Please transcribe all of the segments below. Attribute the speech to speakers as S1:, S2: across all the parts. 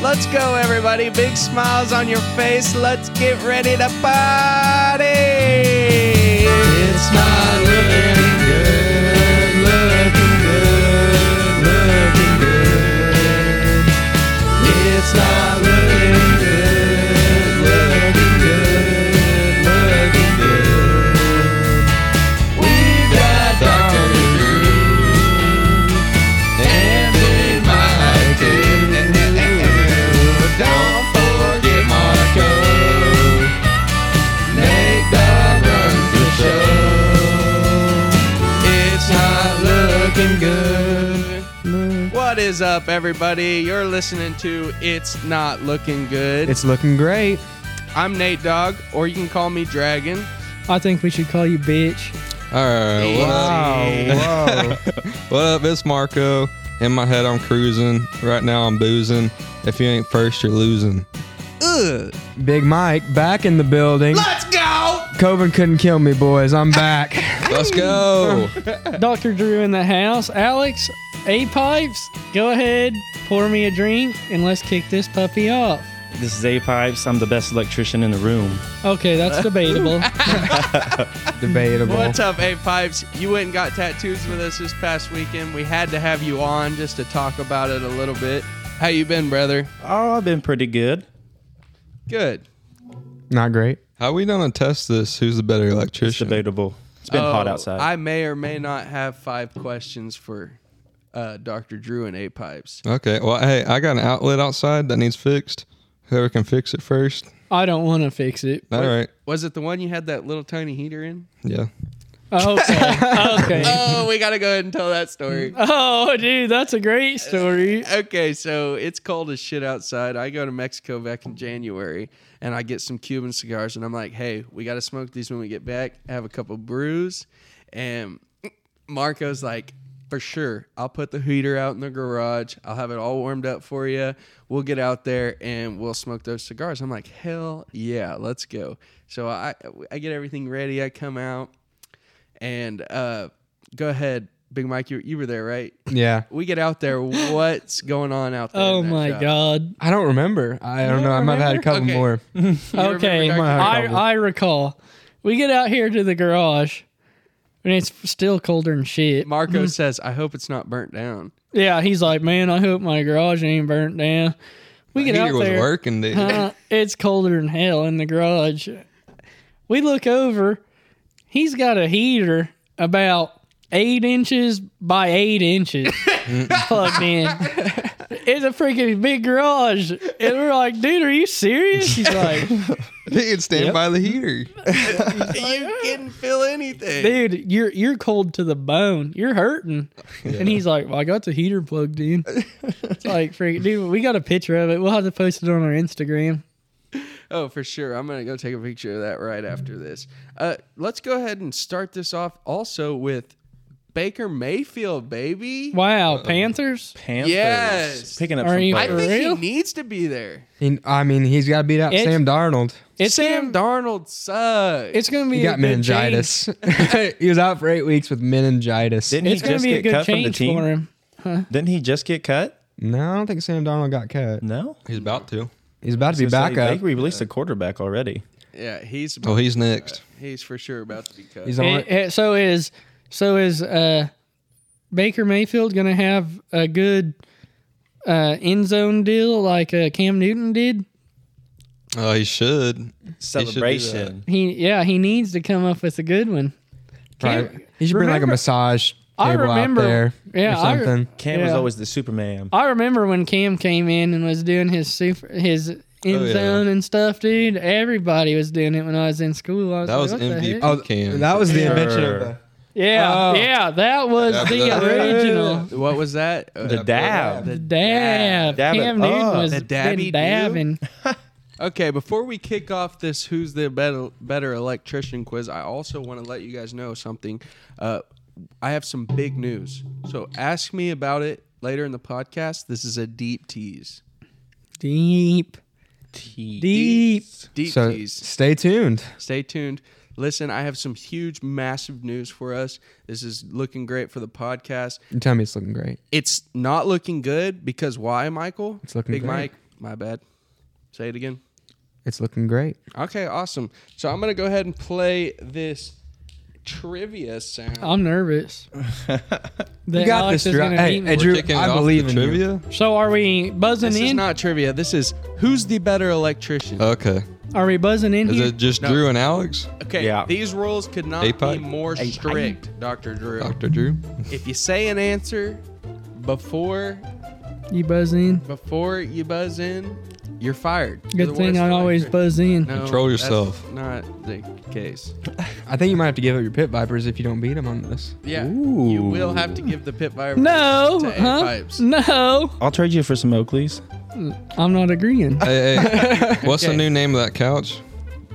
S1: Let's go, everybody. Big smiles on your face. Let's get ready to party. It's not looking good, looking good, looking good. It's not looking good, looking good, looking good. We've got Dr. And in my do, don't forget Marco. Nate Dog runs the show. It's not looking good. What is up, everybody? You're listening to It's Not Looking Good.
S2: It's looking great.
S1: I'm Nate Dog, or you can call me Dragon.
S3: I think we should call you bitch.
S4: All right, what up?
S2: Wow. Oh, Whoa.
S4: What up? It's Marco. In my head, I'm cruising. Right now, I'm boozing. If you ain't first, you're losing.
S1: Ugh.
S2: Big Mike back in the building.
S1: Let's go!
S2: Coven couldn't kill me, boys. I'm back.
S4: Let's go.
S3: Dr. Drew in the house. Alex, A Pipes, go ahead, pour me a drink, and let's kick this puppy off.
S5: This is A Pipes. I'm the best electrician in the room.
S3: Okay, that's debatable.
S2: Debatable.
S1: What's up, Eight Pipes? You went and got tattoos with us this past weekend. We had to have you on just to talk about it a little bit. How you been, brother?
S5: Oh, I've been pretty good.
S1: Good.
S2: Not great.
S4: How we gonna test this? Who's the better
S5: It's
S4: electrician?
S5: debatable. It's been hot
S1: Oh,
S5: outside.
S1: I may or may not have five questions for uh, Dr. Drew and Eight Pipes.
S4: Okay. Well, hey, I got an outlet outside that needs fixed. Whoever can fix it first.
S3: I don't want to fix it.
S4: All right.
S1: Was it the one you had that little tiny heater in?
S4: Yeah.
S3: Okay. Okay.
S1: Oh, we got to go ahead and tell that story.
S3: Oh, dude, that's a great story.
S1: okay, so it's cold as shit outside. I go to Mexico back in January and I get some Cuban cigars and I'm like, hey, we got to smoke these when we get back. Have a couple brews. And Marco's like, for sure, I'll put the heater out in the garage. I'll have it all warmed up for you. We'll get out there and we'll smoke those cigars. I'm like, hell yeah, let's go. So I, I get everything ready. I come out and uh, go ahead, Big Mike. You, you were there, right?
S2: Yeah.
S1: we get out there, what's going on out there?
S3: Oh
S1: in that
S3: my
S1: shop?
S3: God.
S2: I don't remember. I don't know. I might have had a couple
S1: Okay.
S2: more.
S1: You remember
S3: Okay,
S1: Dr.
S2: Might
S3: I,
S2: have a
S3: I recall. We get out here to the garage, and it's still colder than shit.
S1: Marco says, "I hope it's not burnt down."
S3: Yeah, he's like, man, I hope my garage ain't burnt down. We get
S4: Heater
S3: out
S4: was
S3: there.
S4: working, dude.
S3: Uh, it's colder than hell in the garage. We look over. He's got a heater about eight inches by eight inches plugged in. It's a freaking big garage. And we're like, dude, are you serious? He's like,
S4: Dude, stand
S3: Yep.
S4: by the heater.
S1: you didn't feel anything.
S3: dude, you're you're cold to the bone. You're hurting. And he's like, Well, I got the heater plugged in. It's like freaking dude, we got a picture of it. We'll have to post it on our Instagram.
S1: oh, for sure. I'm gonna go take a picture of that right after this. Uh, let's go ahead and start this off also with Baker Mayfield, baby.
S3: Wow, Panthers?
S5: Panthers.
S1: Yes.
S5: Picking up
S3: Are
S5: some
S3: you-
S1: I
S3: for
S5: players.
S1: think
S3: real?
S1: he needs to be there.
S2: He- I mean, he's got to beat out
S3: It's-
S2: Sam Darnold.
S3: It's
S1: Sam
S3: Sam
S1: Darnold sucks.
S3: It's gonna be
S2: He
S3: a
S2: got
S3: good
S2: meningitis. he was out for eight weeks with meningitis.
S5: Didn't
S3: change. It's
S5: he
S3: gonna
S5: just
S3: be a
S5: get
S3: good
S5: cut from the
S3: change
S5: team?
S3: for him.
S5: Didn't he just get cut?
S2: No, I don't think Sam Darnold got cut.
S5: No.
S4: He's about to.
S2: He's about to be
S5: It's like
S2: back up.
S5: They released a quarterback already.
S1: yeah, he's
S4: Oh, he's next.
S1: he's for sure about to be cut.
S2: He's on.
S3: Eh, eh, so is so is uh, Baker Mayfield gonna have a good uh, end zone deal like uh, Cam Newton did?
S4: Oh, he should. do that.
S5: Celebration.
S3: He yeah he needs to come up with a good one.
S2: probably-
S3: Cam-
S2: he should bring like a
S3: remember-
S2: massage
S3: I
S2: table out
S3: remember-
S2: there
S3: yeah,
S2: or
S3: I re-
S2: something.
S5: Cam was
S3: Yeah.
S5: always the Superman.
S3: I remember when Cam came in and was doing his super his end
S5: Oh,
S4: yeah.
S3: zone and stuff, dude. Everybody was doing it when I was in school. I was
S4: That
S3: like,
S4: was
S3: what the
S4: MVP.
S3: heck?
S2: Oh,
S4: Cam.
S2: that was the
S5: Sure.
S2: invention of the
S3: Yeah,
S2: Oh.
S3: yeah, that was
S4: Yeah,
S3: the
S4: but that-
S3: original.
S1: what was that? Uh,
S5: The dab.
S3: The dab.
S5: Dab it Oh.
S3: Cam Newton
S5: up.
S3: was
S1: The
S3: been
S1: dabby do?
S3: dabbing.
S1: Okay, before we kick off this "Who's the better, better electrician" quiz, I also want to let you guys know something. Uh, I have some big news, so ask me about it later in the podcast. This is a deep tease.
S3: Deep. Deep.
S1: Deep
S2: So
S1: tease.
S2: stay tuned.
S1: Stay tuned. Listen, I have some huge, massive news for us. This is looking great for the podcast.
S2: You tell me it's looking great.
S1: It's not looking good because why, Michael? It's
S2: looking
S1: Big
S2: great.
S1: Mike. My bad. Say it again.
S2: It's looking great.
S1: Okay, awesome. So I'm gonna go ahead and play this trivia sound.
S3: I'm nervous. that
S2: You got
S3: Alex
S2: this,
S3: is
S2: Drew.
S3: gonna
S2: Hey,
S3: beat me.
S2: hey, Drew,
S4: Kicking it
S2: I
S4: off
S2: believe
S4: the
S2: in you.
S4: trivia.
S3: So are we buzzing
S1: This is
S3: in?
S1: not trivia. This is who's the better electrician.
S4: Okay.
S3: are we buzzing in
S4: Is
S3: here?
S4: it just
S1: No.
S4: Drew and Alex?
S1: okay,
S5: Yeah.
S1: these rules could not be
S4: APOC?
S1: more strict, Doctor Drew.
S4: Dr. Drew?
S1: If you say an answer before
S3: you buzz in.
S1: before you buzz in, you're fired. You're the
S3: Good thing
S1: worst
S3: I always
S1: electrician.
S3: buzz in.
S1: No,
S4: Control
S1: that's
S4: yourself.
S1: Not the case.
S2: I think you might have to give up your pit vipers if you don't beat them on this.
S1: Yeah, you will have to give the pit fire.
S3: No,
S1: to A
S3: huh?
S1: pipes.
S3: No,
S5: I'll trade you for some Oakleys.
S3: I'm not agreeing.
S4: Hey, hey. What's the new name of that couch?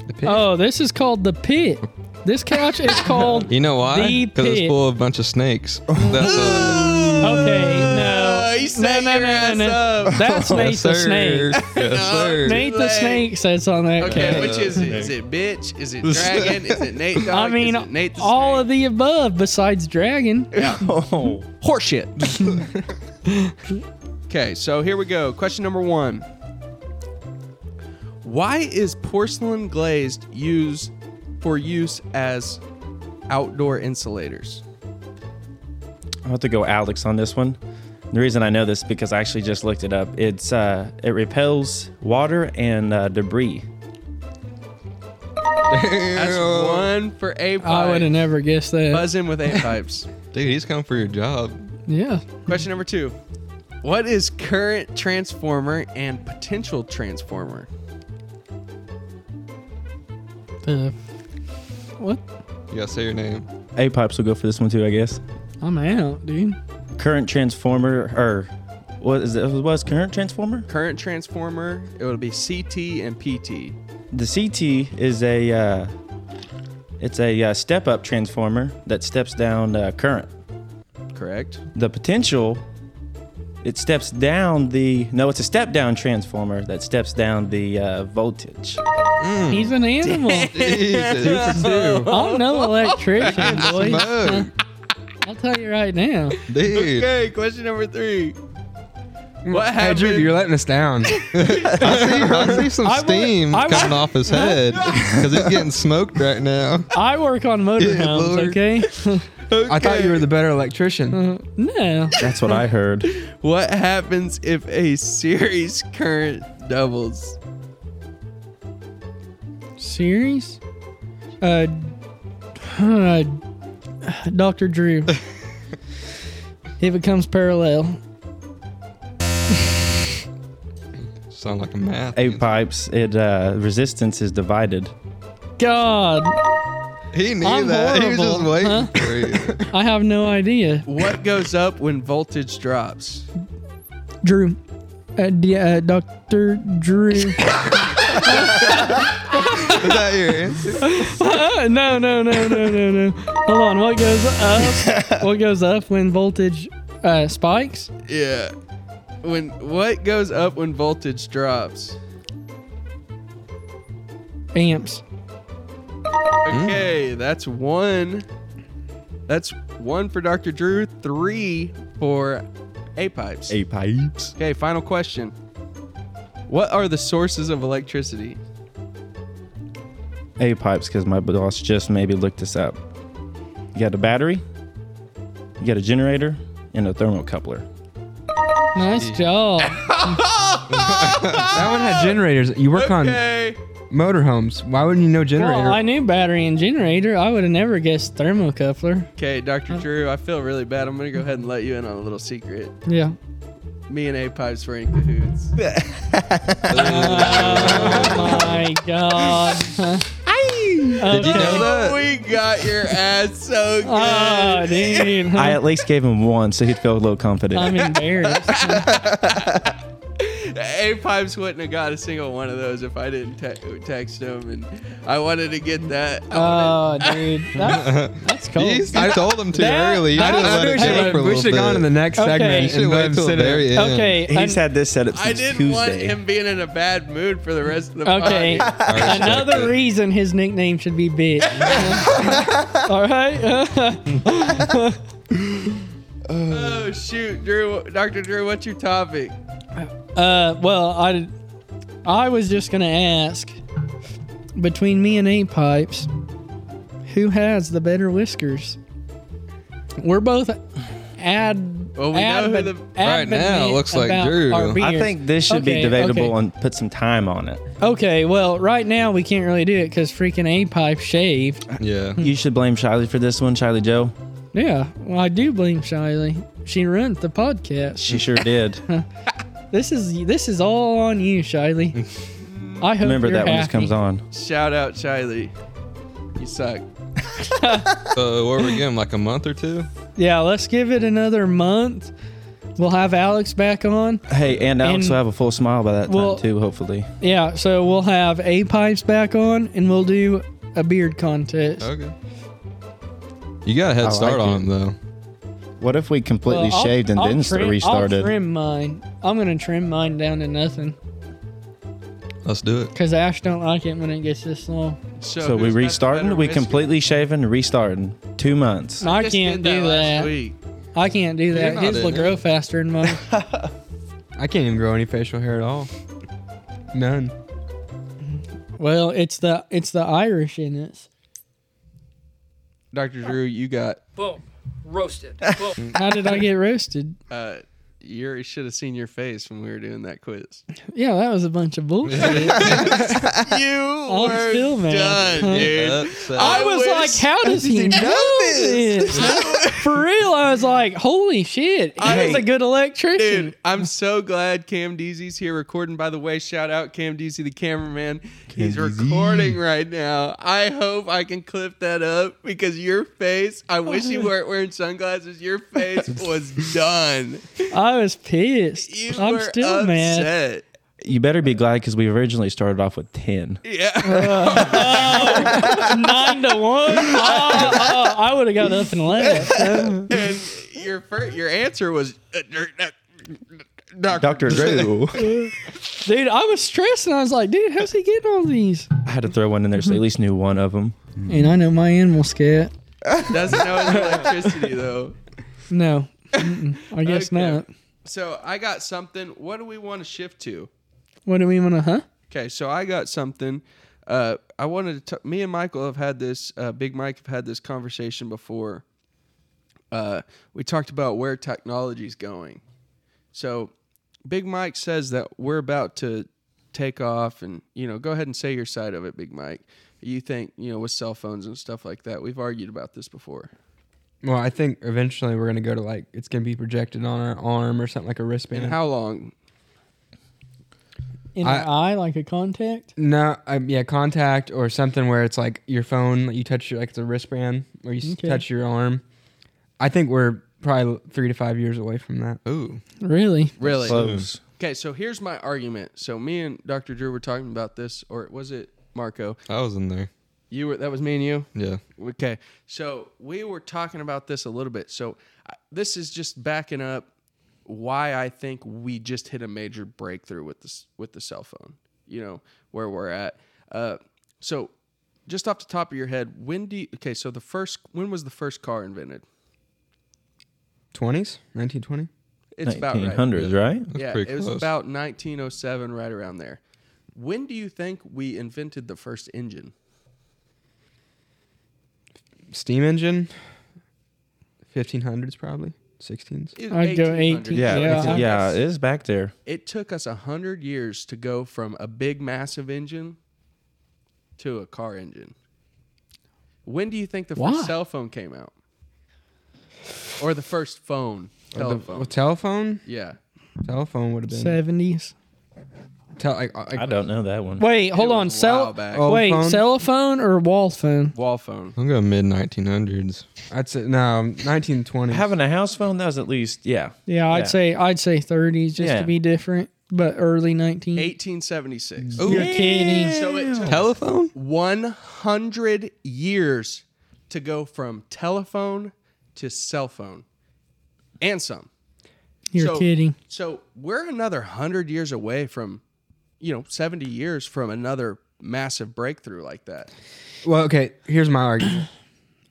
S2: The pit.
S3: Oh, this is called the pit. This couch is called.
S4: You know why?
S3: The
S4: Because it's
S3: pit.
S4: full of a bunch of snakes. That's a,
S3: Okay,
S1: Uh,
S3: no.
S1: you set your ass up.
S3: That's Nate
S4: yes,
S3: the
S4: sir.
S3: Snake.
S4: Yes, sir.
S3: Nate the
S1: Like-
S3: Snake sits on that
S1: Okay,
S3: couch.
S1: which is it? Is it bitch? Is it dragon? Is it Nate? Dog?
S3: I mean,
S1: Is it Nate the
S3: all of the above besides Dragon.
S5: Oh.
S1: horseshit. okay, so here we go. Question number one: Why is porcelain glazed used for use as outdoor insulators?
S5: I'll have to go Alex on this one. The reason I know this is because I actually just looked it up. It's uh, it repels water and uh, debris.
S1: That's one for A
S3: I would have
S1: pipe.
S3: never guessed that.
S1: Buzz in with A pipes.
S4: Dude, he's coming for your job.
S3: yeah.
S1: Question number two. What is current transformer and potential transformer?
S3: Uh, what?
S4: You gotta say your name.
S5: A pipes will go for this one too, I guess.
S3: I'm out, dude.
S5: Current transformer or what is it? Was current transformer?
S1: Current transformer, it would be CT and PT.
S5: The CT is a uh, it's a uh, step up transformer that steps down uh, current.
S1: Correct?
S5: The potential it steps down the no, it's a step down transformer that steps down the uh, voltage.
S3: He's an animal.
S4: Jesus.
S2: Dude.
S3: I'm no electrician, boy.
S4: Smoke.
S3: I'll tell you right now.
S4: Dude.
S1: Okay, question number three. What
S2: Hey,
S1: happened?
S2: Drew, you're letting us down.
S4: I see some
S3: I would-
S4: steam
S3: I would-
S4: coming off his head because it's getting smoked right now.
S3: I work on motorhomes,
S4: Lord.
S3: okay?
S2: I thought you were the better electrician.
S3: no.
S5: That's what I heard.
S1: what happens if a series current doubles?
S3: Series? Uh, uh Dr. Drew. it becomes parallel.
S4: Sound like a math.
S5: A pipes it uh, resistance is divided.
S3: God,
S4: He knew
S3: I'm
S4: that. He was just
S3: horrible,
S4: waiting
S3: huh?
S4: for you.
S3: I have no idea.
S1: What goes up when voltage drops?
S3: Drew. Uh, d- uh, Dr. Drew.
S4: Is that your answer?
S3: Uh, no, no, no, no, no, no. Hold on. What goes up? What goes up when voltage uh, spikes?
S1: Yeah. When what goes up when voltage drops?
S3: Amps.
S2: Hmm.
S1: Okay, that's one. That's one for Dr. Drew, three for A pipes.
S5: A pipes.
S1: Okay, final question. What are the sources of electricity?
S5: A pipes because my boss just maybe looked this up. You got a battery, you got a generator, and a thermocoupler.
S3: Nice job.
S2: That one had generators. You work
S1: Okay.
S2: on motorhomes. Why wouldn't you know generator?
S3: Well, I knew battery and generator. I would have never guessed thermocoupler.
S1: Okay,
S3: Oh.
S1: Dr. Drew, I feel really bad. I'm going to go ahead and let you in on a little secret.
S3: Yeah.
S1: Me and A pipes were in cahoots.
S3: Oh my god.
S4: Did you know that?
S1: we got your ass so good.
S3: Oh, dude.
S5: I at least gave him one, so he'd feel a little confident.
S3: I'm embarrassed.
S1: A Pipes wouldn't have got a single one of those if I didn't te- text him, and I wanted to get that. I wanted-
S3: Oh, dude. That, that's cool.
S4: You, you told him too
S3: that-
S4: early. You
S3: that
S4: didn't
S3: was
S4: let it
S3: pretty-
S4: go
S2: Hey,
S4: for a
S2: we
S4: little
S2: should have gone to the
S4: bit.
S2: next
S3: Okay.
S2: segment
S4: You should
S2: and let
S4: wait
S2: him
S4: till the
S2: sit in.
S4: very end.
S3: Okay. an-
S5: He's had this set up
S1: I
S5: since
S1: didn't want
S5: Tuesday.
S1: him being in a bad mood for the rest of the
S3: Okay.
S1: podcast.
S4: respect
S3: Another
S4: it.
S3: reason his nickname should be Bitch. All right.
S1: Oh shoot, Drew, Doctor Drew, what's your topic?
S3: Uh, well, I, I was just gonna ask, between me and eight pipes, who has the better whiskers? We're both ad.
S1: Well, we know who
S3: advent-
S1: the-
S4: Right now, it looks like
S3: about
S4: Drew.
S3: our
S4: I
S5: I
S3: beers.
S5: think this should
S3: Okay,
S5: be debatable
S3: okay.
S5: and put some time on it.
S3: Okay, well, right now we can't really do it because freaking A pipe shaved.
S4: Yeah.
S5: You should blame Shiley for this one, Shiley Joe.
S3: Yeah, well, I do blame Shiley. She ruined the podcast.
S5: She sure did.
S3: This is this is all on you, Shiley. I hope
S5: Remember
S3: you're
S5: that when this
S3: happy.
S5: comes on.
S1: Shout out Shiley. You suck.
S4: So what are we getting? Like a month or two?
S3: Yeah, let's give it another month. We'll have Alex back on.
S5: Hey, and Alex
S3: And-
S5: will have a full smile by that
S3: Well-
S5: time too, hopefully.
S3: Yeah, so we'll have A Pipes back on and we'll do a beard contest.
S4: Okay. You got a head
S5: I
S4: start
S5: like
S4: on him though.
S5: What if we completely
S3: Well, I'll- I'll trim- I'll trim mine. I'm gonna trim mine down to nothing
S4: Let's do it.
S3: because Ash don't like it when it gets this long.
S5: So
S1: who's got
S5: we
S1: the
S5: restarting,
S1: better
S5: we
S1: whiskey?
S5: completely shaving, restarting. Two months.
S3: I
S1: Just
S3: can't
S1: did
S3: do
S1: last
S3: that.
S1: week.
S3: I can't do that.
S4: not
S3: His will
S4: in it.
S3: grow faster than mine.
S2: I can't even grow any facial hair at all. None.
S3: well, it's the it's the Irish in it.
S1: Dr. Drew, you got.
S6: Boom. Roasted. Boom.
S3: How did I get roasted?
S1: Uh, you should have seen your face when we were doing that quiz.
S3: Yeah, that was a bunch of bullshit.
S1: you were
S3: still
S1: done,
S3: mad.
S1: dude.
S4: That's, uh,
S3: I was like, how does he know this? For real, I was like, holy shit, he
S1: I-
S3: was a good electrician.
S1: Dude, I'm so glad Cam Deasy's here recording. By the way, shout out Cam Deasy, the cameraman. He's recording right now. I hope I can clip that up because your face, I wish you weren't wearing sunglasses. Your face was done.
S3: I was pissed.
S1: You
S3: I'm
S1: were
S3: still mad.
S1: upset.
S5: You better be glad because we originally started off with 10.
S1: Yeah.
S3: Uh. Nine to one. Oh, oh, I would have got up and left.
S1: and your fir- your answer was uh, er, uh,
S5: Dr. Drew.
S3: Dude, I was stressed and I was like, dude, how's he getting all these?
S5: I had to throw one in there so you at least knew one of them.
S3: And I know my animal scat.
S1: doesn't know his electricity though.
S3: No. Mm-mm, I guess
S1: Okay.
S3: not.
S1: So I got something. What do we want to shift to?
S3: What do we want to, huh?
S1: Okay, so I got something. Uh, I wanted to. T- me and Michael have had this. Uh, Big Mike have had this conversation before. Uh, we talked about where technology's going. So, Big Mike says that we're about to take off, and you know, go ahead and say your side of it, Big Mike. You think you know with cell phones and stuff like that? We've argued about this before.
S2: Well, I think eventually we're gonna go to like it's gonna be projected on our arm or something like a wristband.
S1: And how long?
S3: In
S2: I-
S3: an eye, like a contact?
S2: no, um, yeah, contact or something where it's like your phone, like you touch your like it's a wristband where you s
S3: Okay.
S2: touch your arm. I think we're probably three to five years away from that.
S4: ooh.
S3: Really?
S1: Really?
S5: Close.
S1: Okay, so here's my argument. So me and Dr. Drew were talking about this, or was it Marco?
S4: I was in there.
S1: You were that was me and you.
S4: Yeah.
S1: Okay, so we were talking about this a little bit. So I- this is just backing up why I think we just hit a major breakthrough with this with the cell phone. You know where we're at. Uh, so just off the top of your head, when do you, okay? So the first when was the first car invented?
S2: Twenties, nineteen twenty.
S1: It's about right.
S5: 1900s, right?
S4: That's
S1: yeah,
S4: pretty
S1: it was
S4: close.
S1: about 1907, right around there. When do you think we invented the first engine?
S2: Steam engine, fifteen hundreds probably, sixteens.
S1: It was
S3: I'd go
S1: 1800.
S3: 18.
S5: Yeah,
S3: Yeah,
S5: it's-
S3: I-
S5: yeah, it is back there.
S1: It took us a hundred years to go from a big, massive engine to a car engine. When do you think the
S3: Why?
S1: first cell phone came out, or the first phone telephone?
S2: Well, telephone,
S1: yeah,
S2: telephone would have been.
S3: 70s.
S2: Tel- like, uh, like,
S5: I don't know that one.
S3: Wait, hold
S1: It
S3: on.
S1: was a
S3: Cell
S1: while back.
S2: Oh.
S3: Wait,
S2: phone?
S3: cell phone or wall phone?
S1: wall phone.
S4: I'm going mid 1900s.
S2: I'd say no, nineteen twenty.
S5: Having a house phone, that was at least, yeah.
S3: Yeah, I'd
S5: Yeah.
S3: say I'd say 30s just
S5: Yeah.
S3: to be different, but early 19.
S1: 1876.
S4: Oh,
S3: You're kidding.
S1: So it took
S4: Telephone?
S1: 100 years to go from telephone to cell phone and some.
S3: You're
S1: So-
S3: kidding.
S1: So we're another 100 years away from, you know, 70 years from another massive breakthrough like that.
S2: Well, okay. Here's my argument.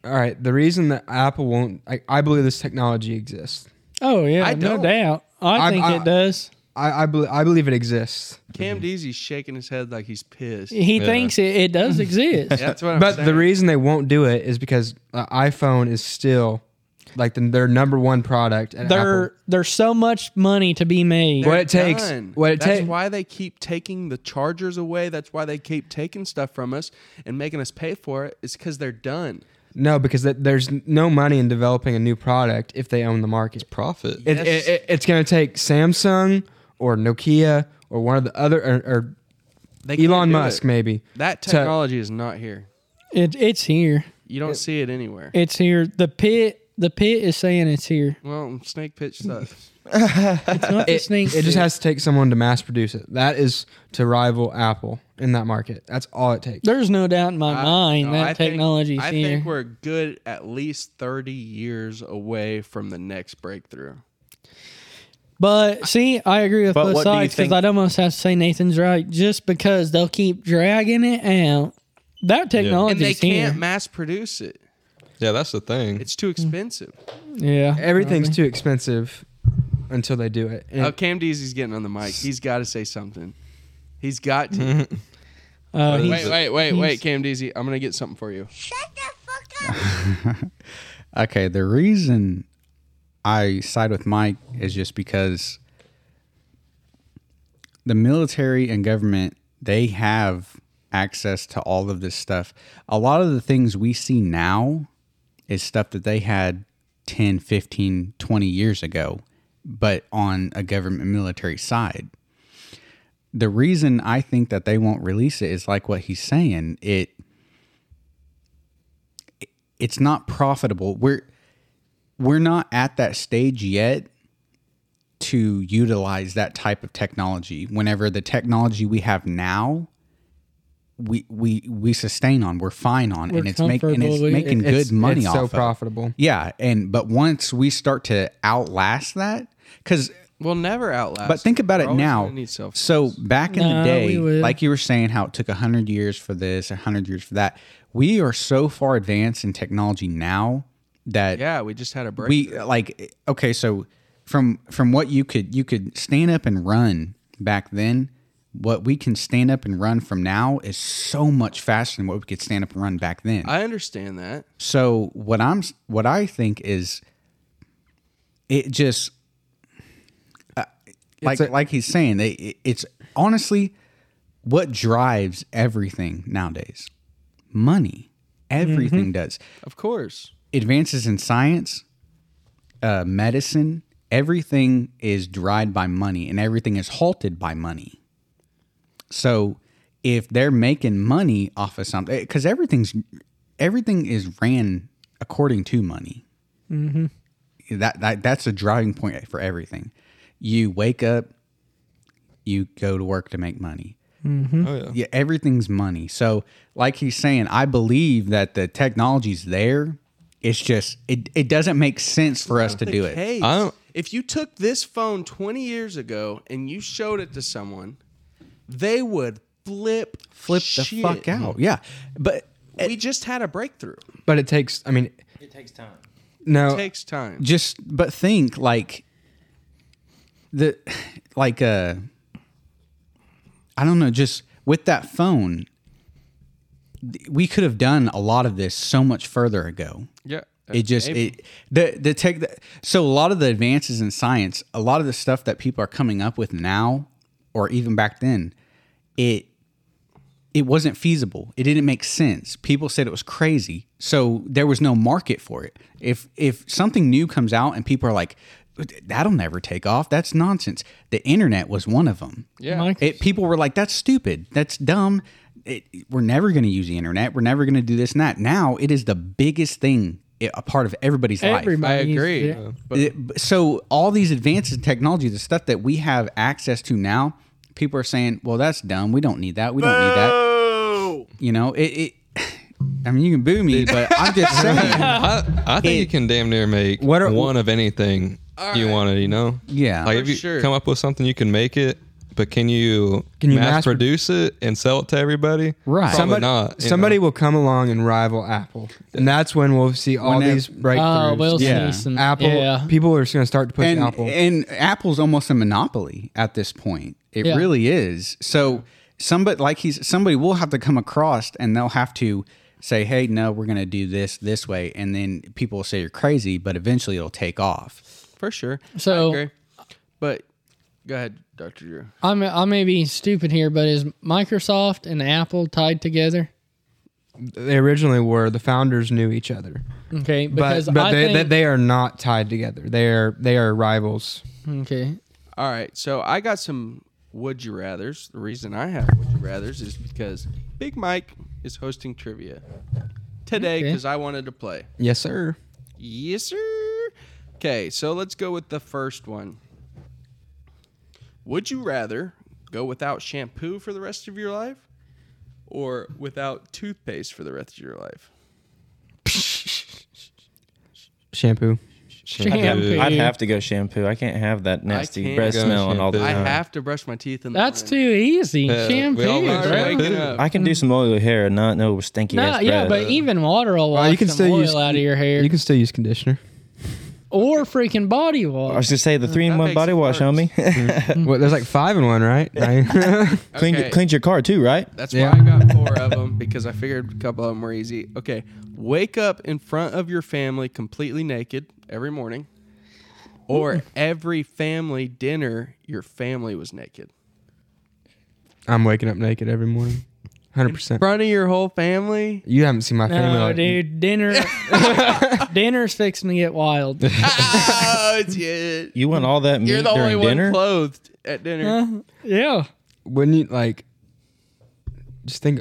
S2: All right, the reason that Apple won't, I, I believe this technology exists.
S3: Oh yeah,
S1: I
S3: no
S1: don't.
S3: doubt. I
S2: I'm-
S3: think
S2: I-
S3: it does.
S2: I I, bel I believe it exists.
S1: Cam Deasy's shaking his head like he's pissed.
S3: He thinks it, it does exist.
S1: That's what I'm
S2: but
S1: saying.
S2: the reason they won't do it is because uh, iPhone is still like the, their number one product. And
S3: there,
S2: Apple-
S3: there's so much money to be made.
S2: what it takes,
S1: Done.
S2: what it
S1: That's
S2: takes.
S1: why they keep taking the chargers away. That's why they keep taking stuff from us and making us pay for it. It's because they're done.
S2: No, because th- there's no money in developing a new product if they own the market.
S4: Profit.
S2: It,
S1: Yes.
S2: it, it, it's going to take Samsung or Nokia or one of the other or,
S1: They
S2: or
S1: can't
S2: Elon
S1: do
S2: Musk
S1: it.
S2: maybe.
S1: That
S2: to-
S1: technology is not here.
S3: It, it's here.
S1: You don't see it anywhere.
S3: It's here. The pit. The pit is saying it's here.
S1: well, snake pitch sucks.
S3: It's not the
S2: it,
S3: snake.
S2: it
S3: pit.
S2: just has to take someone to mass produce it. That is to rival Apple in that market. That's all it takes.
S3: There's no doubt in my mind
S1: No,
S3: that
S1: I think-
S3: technology's
S1: I
S3: here.
S1: think we're a good at least thirty years away from the next breakthrough.
S3: But see, I agree with
S5: But
S3: both
S5: what do you
S3: sides because
S5: think-
S3: I'd almost have to say Nathan's right. Just because they'll keep dragging it out, that
S1: And they
S3: technology's
S1: can't
S3: here.
S1: mass produce it.
S4: Yeah, that's the thing.
S1: It's too expensive.
S3: yeah,
S2: Everything's too expensive until they do it. And
S1: Oh, Cam Deasy's getting on the mic. He's got to say something. He's got to.
S3: uh, he's-
S1: wait, wait, wait, wait, Cam Deasy. I'm gonna get something for you.
S7: Okay, the reason I side with Mike is just because the military and government they have access to all of this stuff. A lot of the things we see now is stuff that they had 10, 15, 20 years ago, but on a government military side. The reason I think that they won't release it is like what he's saying. It it's not profitable. We're we're not at that stage yet to utilize that type of technology. Whenever the technology we have now, we we we sustain on, we're fine on,
S3: We're
S7: and it's making and it's
S3: comfortable.
S7: making
S2: it's-
S7: good money
S2: it's
S7: off.
S2: so
S7: of it.
S2: profitable.
S7: Yeah, and but once we start to outlast that, because
S1: We'll never outlast.
S7: but think about
S1: We're
S7: it
S1: always
S7: now.
S1: gonna Need self-
S7: So back in
S3: Nah,
S7: the day,
S3: we will.
S7: like you were saying, how it took hundred years for this, hundred years for that. We are so far advanced in technology now that
S1: yeah, we just had a break.
S7: we like okay. So from from what you could you could stand up and run back then. What we can stand up and run from now is so much faster than what we could stand up and run back then.
S1: I understand that.
S7: So what I'm what I think is it just uh, like
S2: It's a-
S7: like he's saying they it- it's honestly what drives everything nowadays money
S2: Mm-hmm.
S7: everything does
S1: Of course.
S7: advances in science uh, medicine everything is dried by money and everything is halted by money so if they're making money off of something, because everything's everything is ran according to money. Mm-hmm. That, that that's a driving point for everything. You wake up, you go to work to make money.
S4: Oh,
S7: Mm-hmm. yeah, everything's money. So, like he's saying, I believe that the technology's there. It's just it, it doesn't make sense for us to do it.
S1: Hey,
S4: I don't-
S1: if you took this phone 20 years ago and you showed it to someone, they would flip
S7: Flip the
S1: shit.
S7: fuck out. Yeah, but
S1: We just had a breakthrough.
S2: But it takes. I mean,
S5: It takes time.
S2: no.
S7: Oh.
S1: It takes time.
S7: just but think like the like uh i don't know just with that phone th- we could have done a lot of this so much further ago
S1: Yeah.
S7: it just it the the tech the, so a lot of the advances in science a lot of the stuff that people are coming up with now or even back then it it wasn't feasible it didn't make sense people said it was crazy so there was no market for it if if something new comes out and people are like that'll never take off that's nonsense the internet was one of them
S1: yeah.
S3: Mike,
S7: it, people were like, "That's stupid. That's dumb. It, we're never going to use the internet. We're never going to do this and that." Now it is the biggest thing, i- a part of everybody's life.
S3: everybody
S1: I
S3: uses
S1: agree.
S3: it. Uh,
S1: But
S7: It- so all these advances in technology, the stuff that we have access to now, people are saying, "Well, that's dumb. We don't need that. We don't need that." You know, it. it I mean, you can boo me, but I'm just saying.
S4: I, I think you can damn near make
S2: What are-
S4: one of anything you want to, you know?
S7: Yeah.
S4: Like if
S1: For
S4: you
S1: sure.
S4: come up with something, you can make it. But can you
S2: Can you
S4: mass
S2: mass-
S4: produce it and sell it to everybody?
S7: Right.
S4: Probably
S2: somebody,
S4: not. you
S2: somebody
S4: know.
S2: will come along and rival Apple, and that's when we'll see all
S7: When they-
S2: these breakthroughs.
S3: Oh, we'll
S7: Yeah.
S3: see some
S2: Apple
S3: Yeah.
S2: people are just gonna start to push
S7: and,
S2: Apple.
S7: And Apple's almost a monopoly at this point. It
S3: Yeah.
S7: really is. So somebody like he's somebody will have to come across and they'll have to say, Hey, no, we're gonna do this this way and then people will say you're crazy, but eventually it'll take off.
S1: for sure.
S3: So-
S1: I agree. but go ahead, Doctor Drew.
S3: I'm, I may be stupid here, but is Microsoft and Apple tied together?
S2: they originally were the founders knew each other,
S3: Okay,
S2: but
S3: because
S2: but
S3: I
S2: they,
S3: think,
S2: they they are not tied together. They are they are rivals.
S3: okay,
S1: All right, so I got some would you rather's. The reason I have would you rather's is because Big Mike is hosting trivia today
S3: Okay.
S1: because I wanted to play.
S2: Yes, sir.
S1: Yes, sir. Okay, so let's go with the first one. Would you rather go without shampoo for the rest of your life or without toothpaste for the rest of your life?
S2: Shampoo.
S3: shampoo.
S5: I'd have to go shampoo. I can't have that nasty
S1: can't
S5: breath
S1: go
S5: smell and all the
S4: shampoo.
S1: I
S5: time.
S1: have to brush my teeth in the
S3: That's too
S1: morning.
S3: easy.
S4: Yeah,
S3: shampoo,
S4: we all know
S1: Alright,
S4: shampoo.
S3: bro.
S1: waking up.
S5: I can do some oily hair and not know stinky
S3: No,
S5: ass
S3: yeah,
S5: breath.
S3: but even water will wash
S2: you can
S3: some
S2: still
S3: oil
S2: use
S3: out of your hair,
S2: You can still use conditioner.
S3: or freaking body
S5: I was
S3: wash.
S5: gonna say the three in
S1: Mm, makes
S5: one body
S1: it
S5: wash,
S1: worse.
S5: homie.
S3: Hmm.
S2: What, there's like five in one, right? Right.
S5: Clean
S1: Okay.
S5: your, cleaned your car too, right?
S1: That's
S2: Yeah.
S1: why I got four of them because I figured a couple of them were easy. Okay, wake up in front of your family completely naked every morning, or every family dinner your family was naked
S2: I'm waking up naked every morning. Hundred
S1: in
S2: percent.
S1: front of your whole family.
S2: You haven't seen my family.
S3: No,
S2: like-
S3: Uh, dude, dinner, dinner's fixing to get wild.
S1: oh, it's it.
S5: You want all that meat
S1: You're the only
S5: during dinner?
S1: one clothed at dinner.
S3: yeah,
S2: Wouldn't you like? Just think,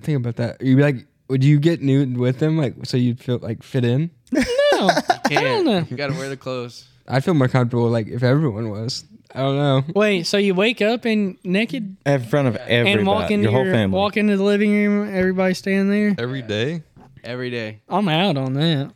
S2: think about that. You'd be like, would you get nude with them? Like, so you'd feel like fit in.
S3: no,
S1: Can't.
S3: know.
S1: You gotta wear the clothes.
S2: I'd feel more comfortable like if everyone was. I don't know.
S3: wait. So you wake up and naked
S5: in front of everybody,
S3: and walk into
S5: your whole family.
S3: walk into the living room. Everybody standing there.
S4: every day.
S1: Every day.
S3: I'm out on that.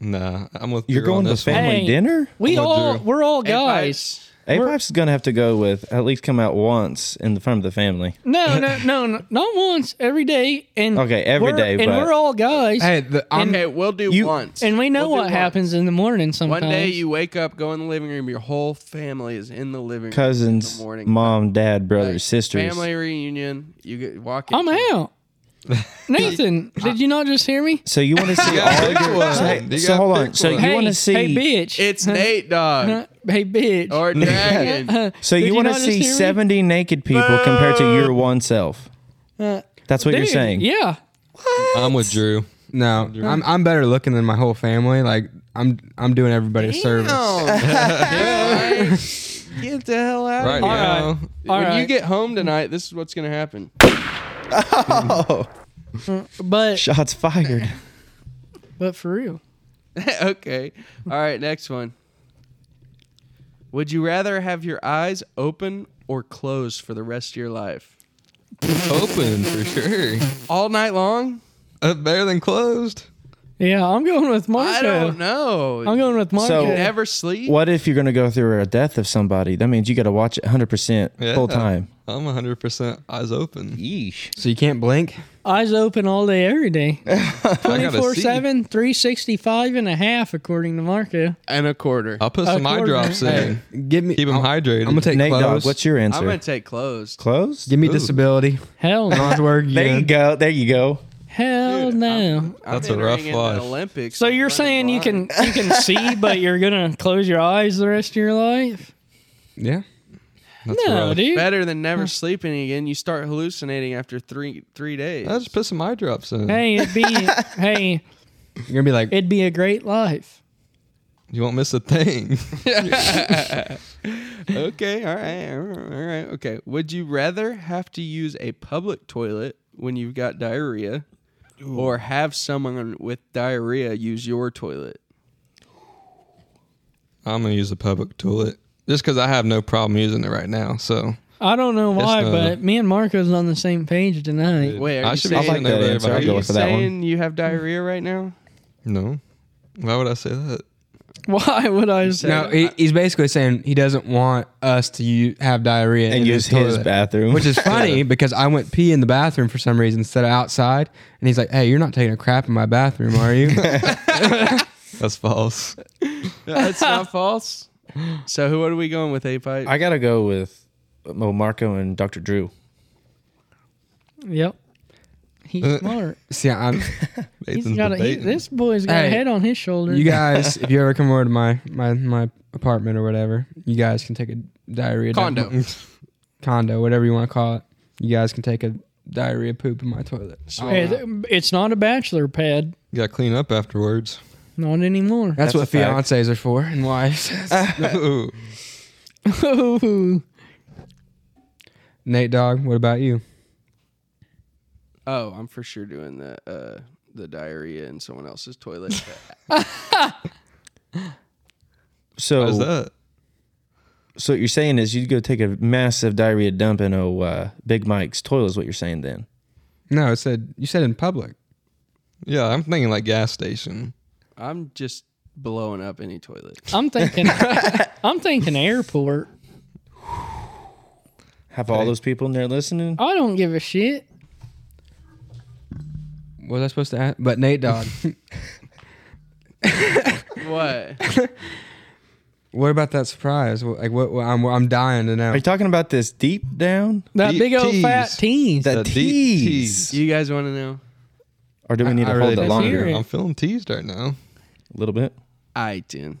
S4: Nah, I'm with
S5: You're
S4: Drew on
S5: going to
S4: this one.
S5: family
S3: Hey.
S5: dinner?
S3: We
S4: I'm with
S3: all
S4: Drew.
S3: we're all
S1: Hey,
S3: guys.
S5: A pipe's gonna have to go with at least come out once in the front of the family.
S3: No, no, no, no, not once. Every day, and
S5: Okay, every
S3: we're,
S5: day,
S3: and
S5: but-
S3: we're all guys,
S2: Hey, the,
S1: Pipe.
S2: I'm,
S1: Okay, we'll do
S5: You-
S1: once.
S3: and we know
S1: We'll do
S3: what
S1: once.
S3: happens in the morning.
S1: One
S3: Sometimes
S1: day you wake up, go in the living room, your whole family is in the living room. in
S5: Cousins,
S1: the morning.
S5: mom, dad, brothers,
S1: Like,
S5: sisters.
S1: Family reunion. You get walk in.
S3: I'm out. Nathan, did you not just hear me?
S5: So you want to see
S4: gotta
S5: all
S4: pick
S5: your?
S4: one.
S5: So,
S4: You
S5: hey, so
S4: gotta
S5: hold
S4: pick
S5: on. So
S4: one.
S5: you
S3: hey,
S5: want to see?
S3: Hey, bitch.
S1: It's Nate Dog
S3: Huh? hey, bitch.
S1: or Dragon.
S5: So
S3: Did
S5: you
S3: you
S5: want to
S3: not just
S5: see
S3: hear me?
S5: seventy naked people compared to your one self?
S3: Uh,
S5: That's what you're
S3: dude,
S5: saying.
S3: Yeah.
S4: I'm with Drew.
S2: no, I'm I'm better looking than my whole family. Like I'm I'm doing everybody a service.
S1: Get the hell out of
S4: Right
S1: here.
S4: now.
S3: right. All
S1: when you
S3: right.
S1: get home tonight, this is what's gonna happen.
S3: but
S5: Shots fired.
S3: but for real,
S1: okay. All right, next one. Would you rather have your eyes open or closed for the rest of your life?
S4: Open for sure.
S1: All night long?
S4: Uh, better than closed.
S3: yeah, I'm going with Marco.
S1: I don't know.
S3: I'm going with Marco.
S5: So-
S1: You never sleep?
S5: What if you're going to go through a death of somebody? That means you got to watch it 100%
S4: Yeah.
S5: full time.
S4: I'm 100% eyes open.
S5: Yeesh.
S2: So you can't blink.
S3: Eyes open all day, every day.
S4: I gotta see.
S3: 24 7, 365 and a half, according to Marco.
S1: And a quarter.
S4: I'll put
S3: Uh,
S4: some eye
S3: quarter.
S4: drops in.
S2: Give me.
S4: Keep them
S2: I'll-
S4: hydrated.
S2: I'm gonna take
S5: Nate Dogg,
S2: clothes.
S5: what's your
S1: I'm gonna
S5: answer?
S1: take closed.
S5: Closed?
S2: Give me
S4: Ooh.
S2: disability.
S3: Hell no.
S2: Not work
S5: There you
S2: again.
S5: go. There you go.
S3: Hell no.
S1: I'm
S4: That's a rough
S1: entering into
S4: life.
S1: Olympics.
S3: So
S1: I'm
S3: you're
S1: running
S3: saying you
S1: blind.
S3: can you can see, but you're gonna close your eyes the rest of your life?
S2: Yeah.
S4: That's
S3: no,
S4: rough.
S3: dude.
S1: better than
S3: Oh.
S1: never sleeping again. You start hallucinating after three three days.
S4: I just put some eye drops in.
S3: Hey, it'd be hey,
S2: You're gonna be like,
S3: it'd be a great life.
S4: You won't miss a thing.
S1: okay, all right, all right, okay. Would you rather have to use a public toilet when you've got diarrhea, or have someone with diarrhea use your toilet?
S4: I'm gonna use the public toilet just because I have no problem using it right now. So
S3: I don't know why,
S4: not-
S3: but me and Marco's on the same page tonight.
S1: Wait, are
S4: I
S1: you
S4: should
S1: saying,
S4: be sitting
S5: I like
S4: over
S5: that
S4: there.
S5: answer.
S4: by
S5: I'll
S1: are
S5: go
S1: you
S5: with that one.
S1: saying you have diarrhea right now?
S4: No, why would I say that?
S3: Why would I say?
S2: No, he, he's basically saying he doesn't want us to u- have diarrhea
S5: And
S2: in
S5: use his
S2: toilet.
S5: bathroom.
S2: which is funny because I went pee in the bathroom for some reason instead of outside, and he's like, "Hey, you're not taking a crap in my bathroom, are you?"
S4: That's false.
S1: That's not false. So who what are we going with? A pipe.
S5: I gotta go with well, Marco and Dr. Drew.
S3: Yep. He's smart.
S2: See, I'm,
S3: He's
S4: Nathan's
S3: got a, he,
S4: debating.
S3: this boy's got
S2: Hey,
S3: a head on his shoulder.
S2: you guys, if you ever come over to my my my apartment or whatever, you guys can take a diarrhea
S1: Condo.
S2: dump- condo, whatever you want to call it. You guys can take a diarrhea poop in my toilet.
S3: Hey, th- it's not a bachelor pad.
S4: You gotta clean up afterwards.
S3: Not anymore.
S2: That's,
S5: That's
S2: what
S5: a fact.
S2: fiancés are for and wives.
S4: Ooh.
S3: Ooh.
S2: Nate Dog, what about you?
S1: oh, I'm for sure doing the uh, the diarrhea in someone else's toilet.
S5: So
S2: Oh.
S4: How's that?
S5: So what you're saying is you'd go take a massive diarrhea dump in a uh, Big Mike's toilet is what you're saying then.
S2: No, it said you said in public.
S4: Yeah, I'm thinking like gas station.
S1: I'm just blowing up any toilet.
S3: I'm thinking. I'm thinking airport.
S5: Have all those people in there listening?
S3: I don't give a shit.
S2: Was I supposed to ask? But Nate Dog,
S1: What?
S2: what about that surprise? What- Like what? what- I'm I'm dying to know.
S5: Are you talking about this deep down?
S3: That
S4: Deep
S3: big old
S4: tease.
S3: fat tease.
S5: That
S4: The deep
S5: tease.
S1: Do you guys want to know?
S5: Or do we need to
S2: I
S5: hold
S2: really
S5: it
S2: don't
S3: hear
S5: longer?
S3: it.
S5: A
S4: I'm feeling teased right now.
S5: little bit.
S1: I did.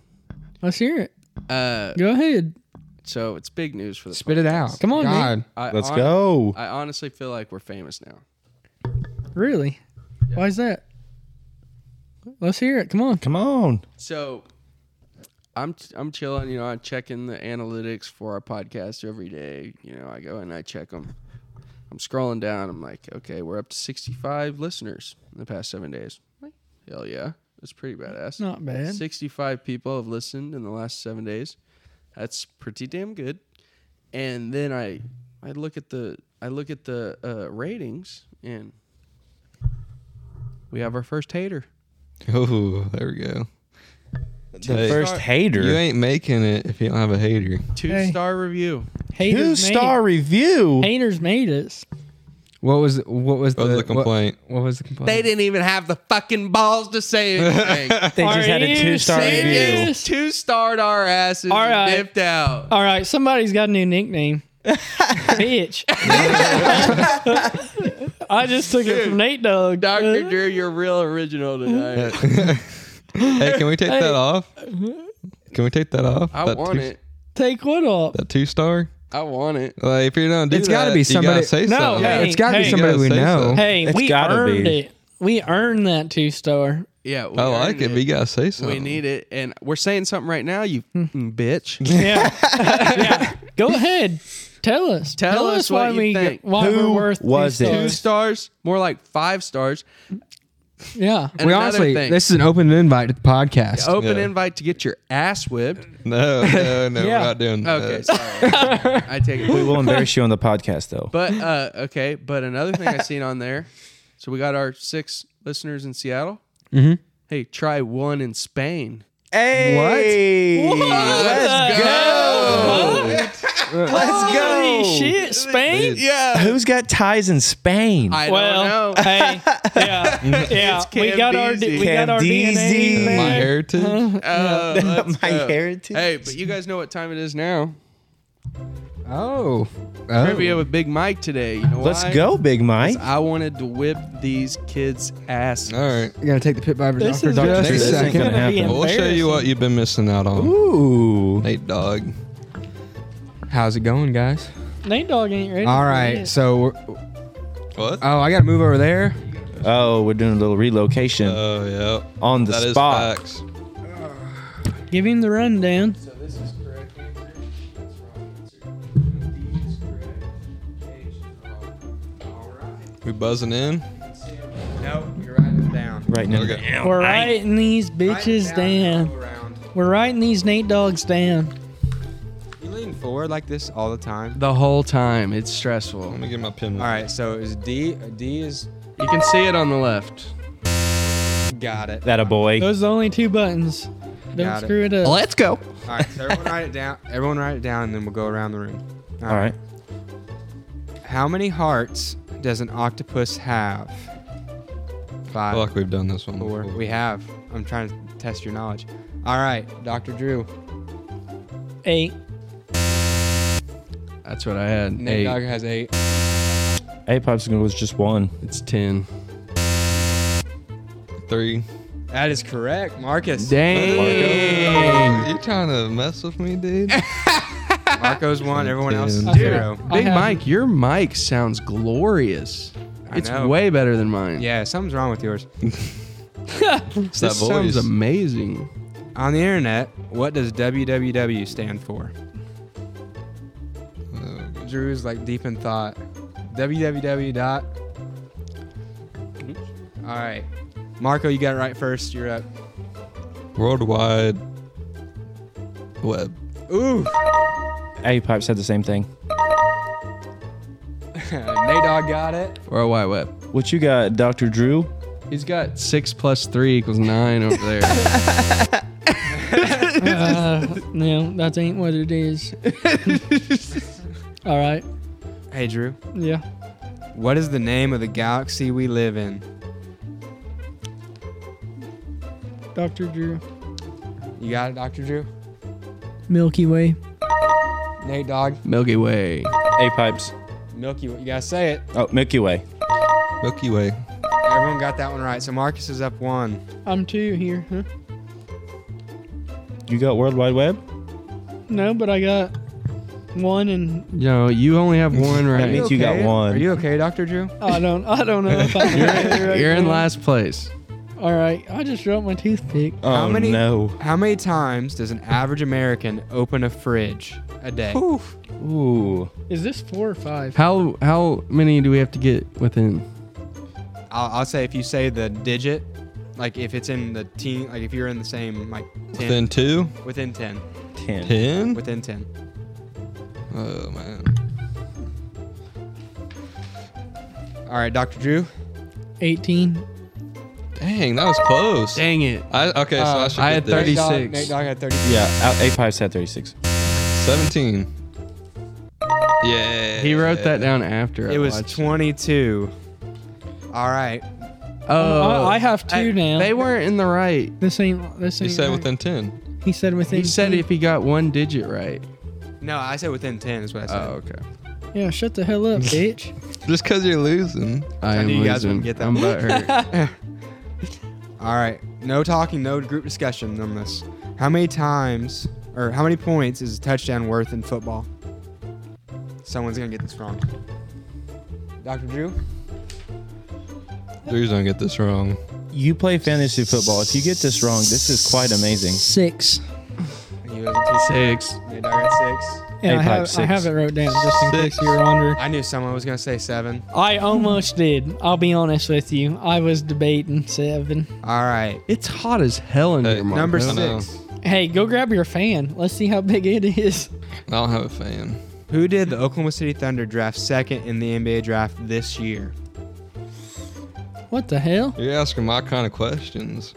S3: Let's hear it.
S1: Uh,
S3: Go ahead.
S1: so it's big news for the.
S2: Spit it out.
S3: Come on, Nate.
S2: God.
S1: I
S5: Let's
S1: hon-
S5: go.
S1: I honestly feel like we're famous now.
S3: Really? Why is that? Let's hear it. Come on.
S5: Come on.
S1: So I'm I'm chilling, you know, I'm checking the analytics for our podcast every day. You know, I go and I check them. I'm scrolling down. I'm like, okay, we're up to 65 listeners in the past seven days. I'm like, hell yeah, that's pretty badass.
S3: Not bad.
S1: 65 people have listened in the last seven days. That's pretty damn good. And then I I look at the I look at the uh, ratings and we have our first hater.
S4: Oh, there we go.
S5: The
S4: Hey.
S5: first hater.
S4: You ain't making it if you don't have a hater.
S1: Two
S3: Hey.
S1: star review.
S5: Two
S3: Haters
S5: star review.
S3: Made, haters made us.
S2: What was what was
S4: What was
S1: Uh,
S2: the
S4: the complaint?
S2: What, what was the complaint?
S1: They didn't even have the fucking balls to say anything.
S5: They just
S3: Are
S5: had a
S3: you
S5: two star
S3: serious?
S5: review.
S1: They two starred our asses
S3: All
S1: and
S3: right.
S1: dipped out.
S3: All right, somebody's got a new nickname. Bitch. I just took it from Nate Dog.
S1: Dr. Drew, you're real original tonight.
S4: Hey, can we take that off? Can we take that off?
S1: I
S4: that
S1: want
S4: two,
S1: it.
S3: Take what up?
S4: That two star.
S1: I want it.
S4: Like, if you're not, do
S2: It's
S4: got
S2: gotta
S4: to
S2: be
S4: You
S2: somebody-
S4: gotta say
S3: No,
S4: something.
S3: hey,
S2: it's got to be
S3: hey.
S2: somebody
S4: You
S2: we
S4: gotta say
S2: know.
S4: so.
S3: Hey,
S5: It's
S3: we
S5: gotta
S3: earned
S5: be.
S3: it. We earned that two star.
S1: Yeah, we
S4: I like
S1: earned
S4: it, but you gotta say something.
S1: We need it, and we're saying something right now, you
S2: Hmm.
S1: fucking bitch.
S3: Yeah. yeah. Go ahead. Tell us.
S1: Tell us
S3: why
S1: what you
S3: we
S1: think.
S3: why
S5: Who
S3: we're worth two
S5: was it?
S1: Two
S3: stars.
S1: stars, more like five stars.
S3: Yeah.
S1: And
S2: we
S1: another
S2: honestly,
S1: thing,
S2: this is an open invite to the podcast.
S1: open
S4: Yeah.
S1: invite to get your ass whipped.
S4: No, no, no.
S3: Yeah.
S4: We're not doing that.
S1: Okay, sorry. I take it.
S5: We will embarrass you on the podcast though.
S1: But uh, okay, but another thing I seen on there. So we got our six listeners in Seattle. Mm-hmm. Hey, try one in Spain.
S5: hey. What? Let's go. Let's
S3: Holy
S5: go.
S3: shit, Spain?
S1: Yeah.
S5: Who's got ties in Spain?
S1: I
S3: Well,
S1: don't know.
S3: hey, yeah, yeah, we got our d- we got our
S5: Camdeezy.
S3: DNA.
S4: My
S3: there.
S4: heritage.
S1: Uh, let's
S5: My
S1: go.
S5: heritage.
S1: Hey, but you guys know what time it is now.
S2: Oh, oh.
S1: Trivia with Big Mike today. You know
S5: Let's
S1: why?
S5: go, Big Mike.
S1: I wanted to whip these kids' ass.
S4: All right.
S2: You're gonna take the pit by
S3: This
S2: doctor
S3: is
S2: just a
S5: This ain't
S2: second.
S5: gonna happen.
S4: We'll show you what you've been missing out on.
S5: Ooh.
S4: Nate Dog.
S2: How's it going, guys?
S3: Nate Dog ain't ready.
S2: All
S3: for
S2: right,
S3: this.
S2: so we're,
S4: What?
S2: oh, I gotta move over there.
S5: Oh, we're doing a little relocation
S4: Oh, yeah.
S5: on the
S4: That is
S5: spot.
S4: facts.
S3: give him the rundown.
S1: So this is correct answer. That's wrong
S4: We buzzing in.
S2: No, you're writing it down.
S5: Right now.
S4: Okay.
S3: We're writing these bitches down. We're writing these Nate Dogs down.
S2: You lean forward like this all the time.
S1: The whole time. It's
S4: Let
S1: stressful.
S4: me get my pen.
S2: All right, so is D D is
S1: You can see it on the left.
S2: got it.
S5: That a boy.
S3: Those are the only two buttons. Don't
S2: Got it.
S3: screw it, up.
S7: Let's go.
S2: All right, so everyone write it down. Everyone write it down, and then we'll go around the room.
S5: All right.
S2: How many hearts does an octopus have?
S4: I
S2: Five.
S4: feel like we've done this one
S2: Four.
S4: before.
S2: We have. I'm trying to test your knowledge. All right, Dr. Drew.
S3: Eight.
S1: That's what I had.
S2: Nate
S1: Eight.
S2: Dogg has eight.
S5: A popsicle was just one.
S1: It's ten.
S4: Three.
S2: That is correct, Marcus.
S1: Dang.
S4: You trying to mess with me, dude?
S2: Marco's one. Everyone else is
S4: Dude.
S2: zero.
S3: I
S1: Big
S3: had-
S1: Mike, your mic sounds glorious.
S2: I
S1: It's
S2: know.
S1: way better than mine.
S2: Yeah, something's wrong with yours.
S4: It's
S1: This sounds amazing.
S2: On the internet, what does WWW stand for? Uh, Drew's like deep in thought. WWW dot. All right, Marco, you got it right first. You're up.
S4: Worldwide web.
S2: Ooh,
S5: A pipe said the same thing.
S2: Nadog got it.
S1: World Wide Web.
S5: What you got, Doctor Drew?
S1: He's got six plus three equals nine over there.
S3: Uh, no, that ain't what it is. All right.
S2: Hey, Drew.
S3: Yeah.
S2: What is the name of the galaxy we live in?
S3: Dr. Drew.
S2: You got it, Doctor Drew.
S3: Milky Way.
S2: Nate Dog.
S1: Milky Way.
S5: A pipes.
S2: Milky. Way. You gotta say it.
S5: Oh, Milky Way.
S4: Milky Way.
S2: Everyone got that one right. So Marcus is up one.
S3: I'm two here. Huh?
S5: You got World Wide Web?
S3: No, but I got one and
S1: Yo, you only have one
S5: That
S1: right.
S5: means you got one.
S2: Are you okay, Doctor Drew?
S3: I don't I don't know if I'm right
S1: You're in
S3: now.
S1: last place.
S3: All right. I just dropped my toothpick.
S5: oh
S2: How many-
S5: no.
S2: How many times does an average American open a fridge a day?
S5: Ooh.
S3: Is this four or five?
S1: How how many do we have to get within?
S2: I'll, I'll say if you say the digit, like if it's in the teen, like if you're in the same like ten,
S4: Then two.
S2: within ten,
S5: Ten.
S4: Ten.
S2: within ten.
S4: Oh man.
S2: All right, Doctor Drew.
S3: 18.
S4: Dang, that was close.
S1: Dang it.
S4: I, okay, so I
S2: Uh,
S4: should.
S1: I
S4: get
S1: had 30.
S4: this.
S2: Nate Dogg-
S1: 36.
S2: Nate Dog had thirty.
S5: Yeah, A pipe said thirty-six.
S4: Seventeen. Yeah.
S1: He wrote that down after. I
S2: It was
S1: watched
S2: twenty-two. All right,
S1: Oh,
S3: I, I have two now.
S1: they weren't in the right.
S3: this ain't this
S4: He
S3: ain't
S4: said
S3: right.
S4: within ten.
S3: He said within
S1: He said
S3: two.
S1: if he got one digit right. Oh,
S2: no, I said within ten is what I said.
S1: okay.
S3: Yeah, shut the hell up, bitch.
S4: Just because you're losing.
S1: I am
S2: knew you guys
S1: losing.
S2: wouldn't get that
S1: I'm
S2: one.
S1: butthurt.
S2: All right, no talking, no group discussion on this. How many times or how many points is a touchdown worth in football? Someone's gonna get this wrong. Doctor Drew.
S4: Drew's gonna get this wrong.
S5: You play fantasy football. If you get this wrong, this is quite amazing.
S3: Six.
S2: He wasn't too
S1: Six.
S2: Nate Dog had six.
S3: Yeah,
S5: A
S3: I
S5: pipe
S3: have, I
S5: six.
S3: have it wrote down just in
S4: Six.
S3: case you're wondering.
S2: I knew someone was gonna say seven.
S3: I almost did. I'll be honest with you. I was debating seven.
S2: All right.
S1: It's hot as hell in
S4: Hey,
S1: here, Mark.
S2: Uh, Number
S4: I know.
S2: six.
S3: Hey, go grab your fan. Let's see how big it is.
S4: I don't have a fan.
S2: Who did the Oklahoma City Thunder draft second in the NBA draft this year?
S3: What the hell?
S4: You're asking my kind of questions.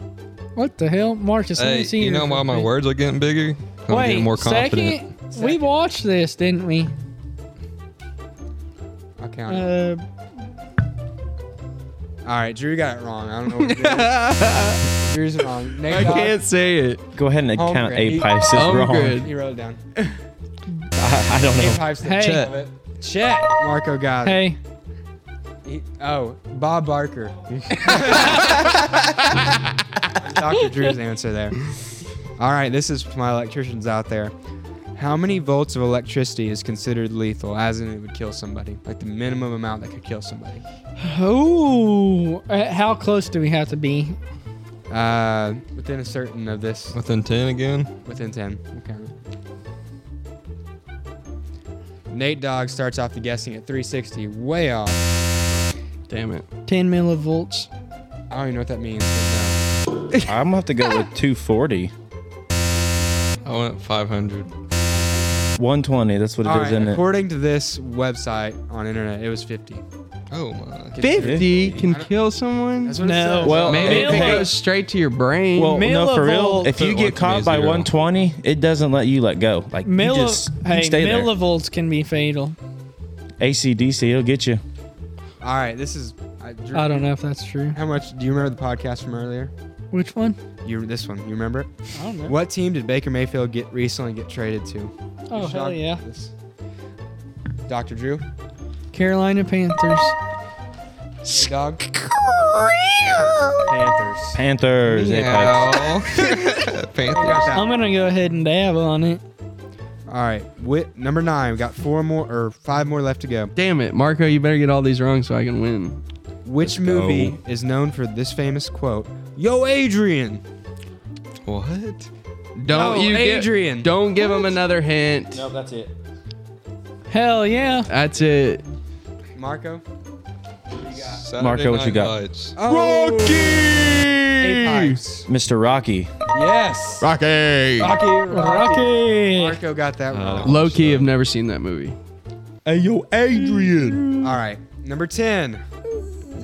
S3: What the hell? Marcus, let
S4: Hey,
S3: me see
S4: you
S3: your-
S4: know why my words are getting bigger? I'm
S3: Wait,
S4: getting more confident.
S3: Second? We watched this, didn't we?
S2: I'll count it.
S3: Uh,
S2: All right, Drew got it wrong. I don't know. What to do. Drew's wrong. Nate
S1: I
S2: Dogg,
S1: can't say it.
S5: Go ahead and
S2: Home
S5: count
S2: grade.
S5: A pipes. It's
S1: Home
S5: wrong.
S1: grade.
S2: He wrote it down.
S5: I, I don't
S2: Eight
S5: know.
S2: pipes.
S3: Hey.
S2: Check. Check. Marco got it.
S3: hey,
S2: He- oh, Bob Barker. Dr. Drew's answer there. All right, this is for my electricians out there. How many volts of electricity is considered lethal, as in it would kill somebody? Like the minimum amount that could kill somebody.
S3: oh, uh, how close do we have to be?
S2: Uh, within a certain of this,
S4: Within ten again.
S2: within 10. Okay. Nate Dogg starts off the guessing at 360, way off.
S1: Damn it.
S3: 10 millivolts.
S2: I don't even know what that means. but
S5: I'm gonna have to go with 240.
S4: I went 500.
S5: 120. That's what
S2: no.
S5: it
S2: All
S5: is,
S2: right,
S5: isn't it?
S2: according to this website on internet, it was 50.
S4: Oh my.
S1: 50 can kill someone?
S2: what
S3: No.
S5: Well,
S1: Maybe
S5: it
S1: if it
S5: pay-
S1: goes straight to your brain.
S5: Well, no, for real.
S3: Millivolt-
S5: If you
S4: Put
S5: get
S4: one to
S5: caught by
S4: zero.
S5: 120, it doesn't let you let go. Like
S3: Milli-
S5: you just you
S3: hey,
S5: stay there.
S3: millivolts can be fatal.
S5: ACDC, it'll get you.
S2: All right, this is. I, Drew,
S3: I don't know if that's true.
S2: How much do you remember the podcast from earlier?
S3: Which one?
S2: You this one, you remember it?
S3: I don't know.
S2: What team did Baker Mayfield get recently get traded to?
S3: Oh hell yeah,
S2: Doctor Drew,
S3: Carolina Panthers.
S2: Hey, dog.
S5: Panthers. Panthers. they play.
S4: Panthers.
S3: I'm gonna go ahead and dab on it.
S2: All right, wit, number nine. We got four more or five more left to go.
S1: Damn it, Marco, you better get all these wrong so I can win.
S2: Which movie is known for this famous quote? Yo, Adrian.
S4: What?
S1: Don't
S2: Oh,
S1: you gi-
S2: Adrian.
S1: don't give him another hint.
S5: Nope, that's it.
S3: Hell yeah.
S1: That's it.
S2: Marco.
S4: Saturday
S5: Marco, what you
S4: Night
S5: got?
S4: Lights.
S2: Oh. Eight pipes.
S5: Mr. Rocky.
S2: Yes.
S4: Rocky.
S2: Rocky.
S3: Rocky.
S2: Marco got that wrong.
S1: Low key, I've never seen that movie.
S4: Hey, yo, Adrian.
S2: All right, number ten.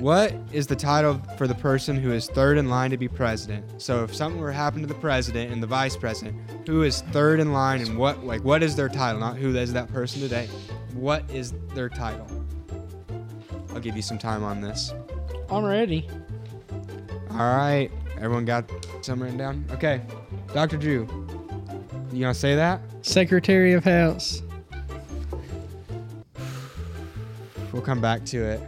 S2: What is the title for the person who is third in line to be president? So if something were to happen to the president and the vice president, who is third in line and what like what is their title? Not who is that person today. What is their title? I'll give you some time on this.
S3: I'm ready.
S2: All right, everyone got some written down. Okay, Dr. Drew, you gonna say that?
S3: Secretary of House.
S2: We'll come back to it.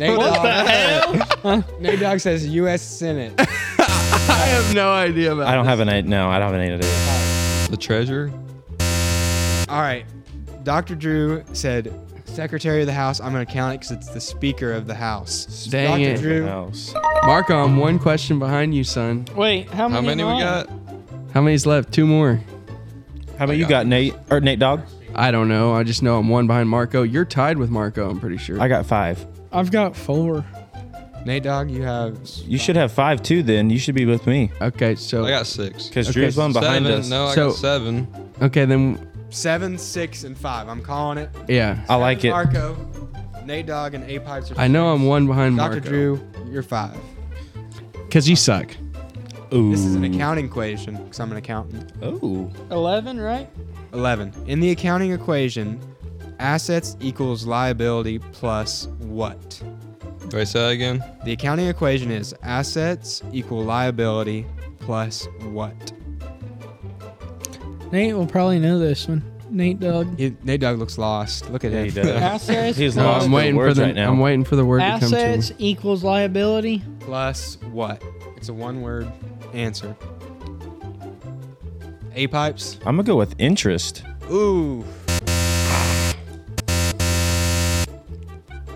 S3: What the hell?
S2: Nate Dog says U.S. Senate.
S1: I have no idea about.
S5: I don't have an eight. No, I don't have an eight. Idea.
S4: The treasure.
S2: All right. Dr. Drew said, Secretary of the House, I'm going to count it because it's the Speaker of the House.
S1: Dang
S2: Dr.
S1: it.
S2: Drew,
S5: Else.
S1: Marco, I'm one question behind you, son.
S3: Wait, how many?
S4: How many
S3: am
S4: we
S3: I?
S4: got?
S1: How many's left? Two more.
S5: How about you got Nate or Nate Dog?
S1: I don't know. I just know I'm one behind Marco. You're tied with Marco. I'm pretty sure.
S5: I got five.
S3: I've got four.
S2: Nate Dog, you have.
S5: You should have five too. Then you should be with me
S1: okay, so
S4: I got six.
S5: because Drew's one behind
S4: seven.
S5: us.
S4: No, I
S1: So-
S4: got seven.
S1: okay then,
S2: Seven, six, and five. I'm calling it.
S1: yeah.
S5: I like it.
S2: Marco, Nate Dog, and A Pipes are.
S1: I know I'm one behind
S2: Dr.
S1: Marco.
S2: Drew, you're five.
S1: because you suck.
S5: Ooh.
S2: This is an accounting equation because I'm an accountant.
S5: Ooh.
S3: Eleven, right?
S2: 11. In the accounting equation, assets equals liability plus what?
S4: Do I say that again?
S2: The accounting equation is assets equal liability plus what?
S3: Nate will probably know this one. Nate Doug.
S2: He, Nate Dog looks lost. Look at
S5: Yeah, he
S2: him.
S5: does.
S3: Assets.
S5: He's
S1: No,
S5: lost
S1: I'm waiting
S5: the
S1: for
S5: words
S1: the.
S5: right now.
S1: I'm waiting for the word to come
S3: Assets
S1: to me.
S3: equals liability.
S2: Plus what? It's a one-word answer. A pipes.
S5: I'm gonna go with interest.
S2: Ooh.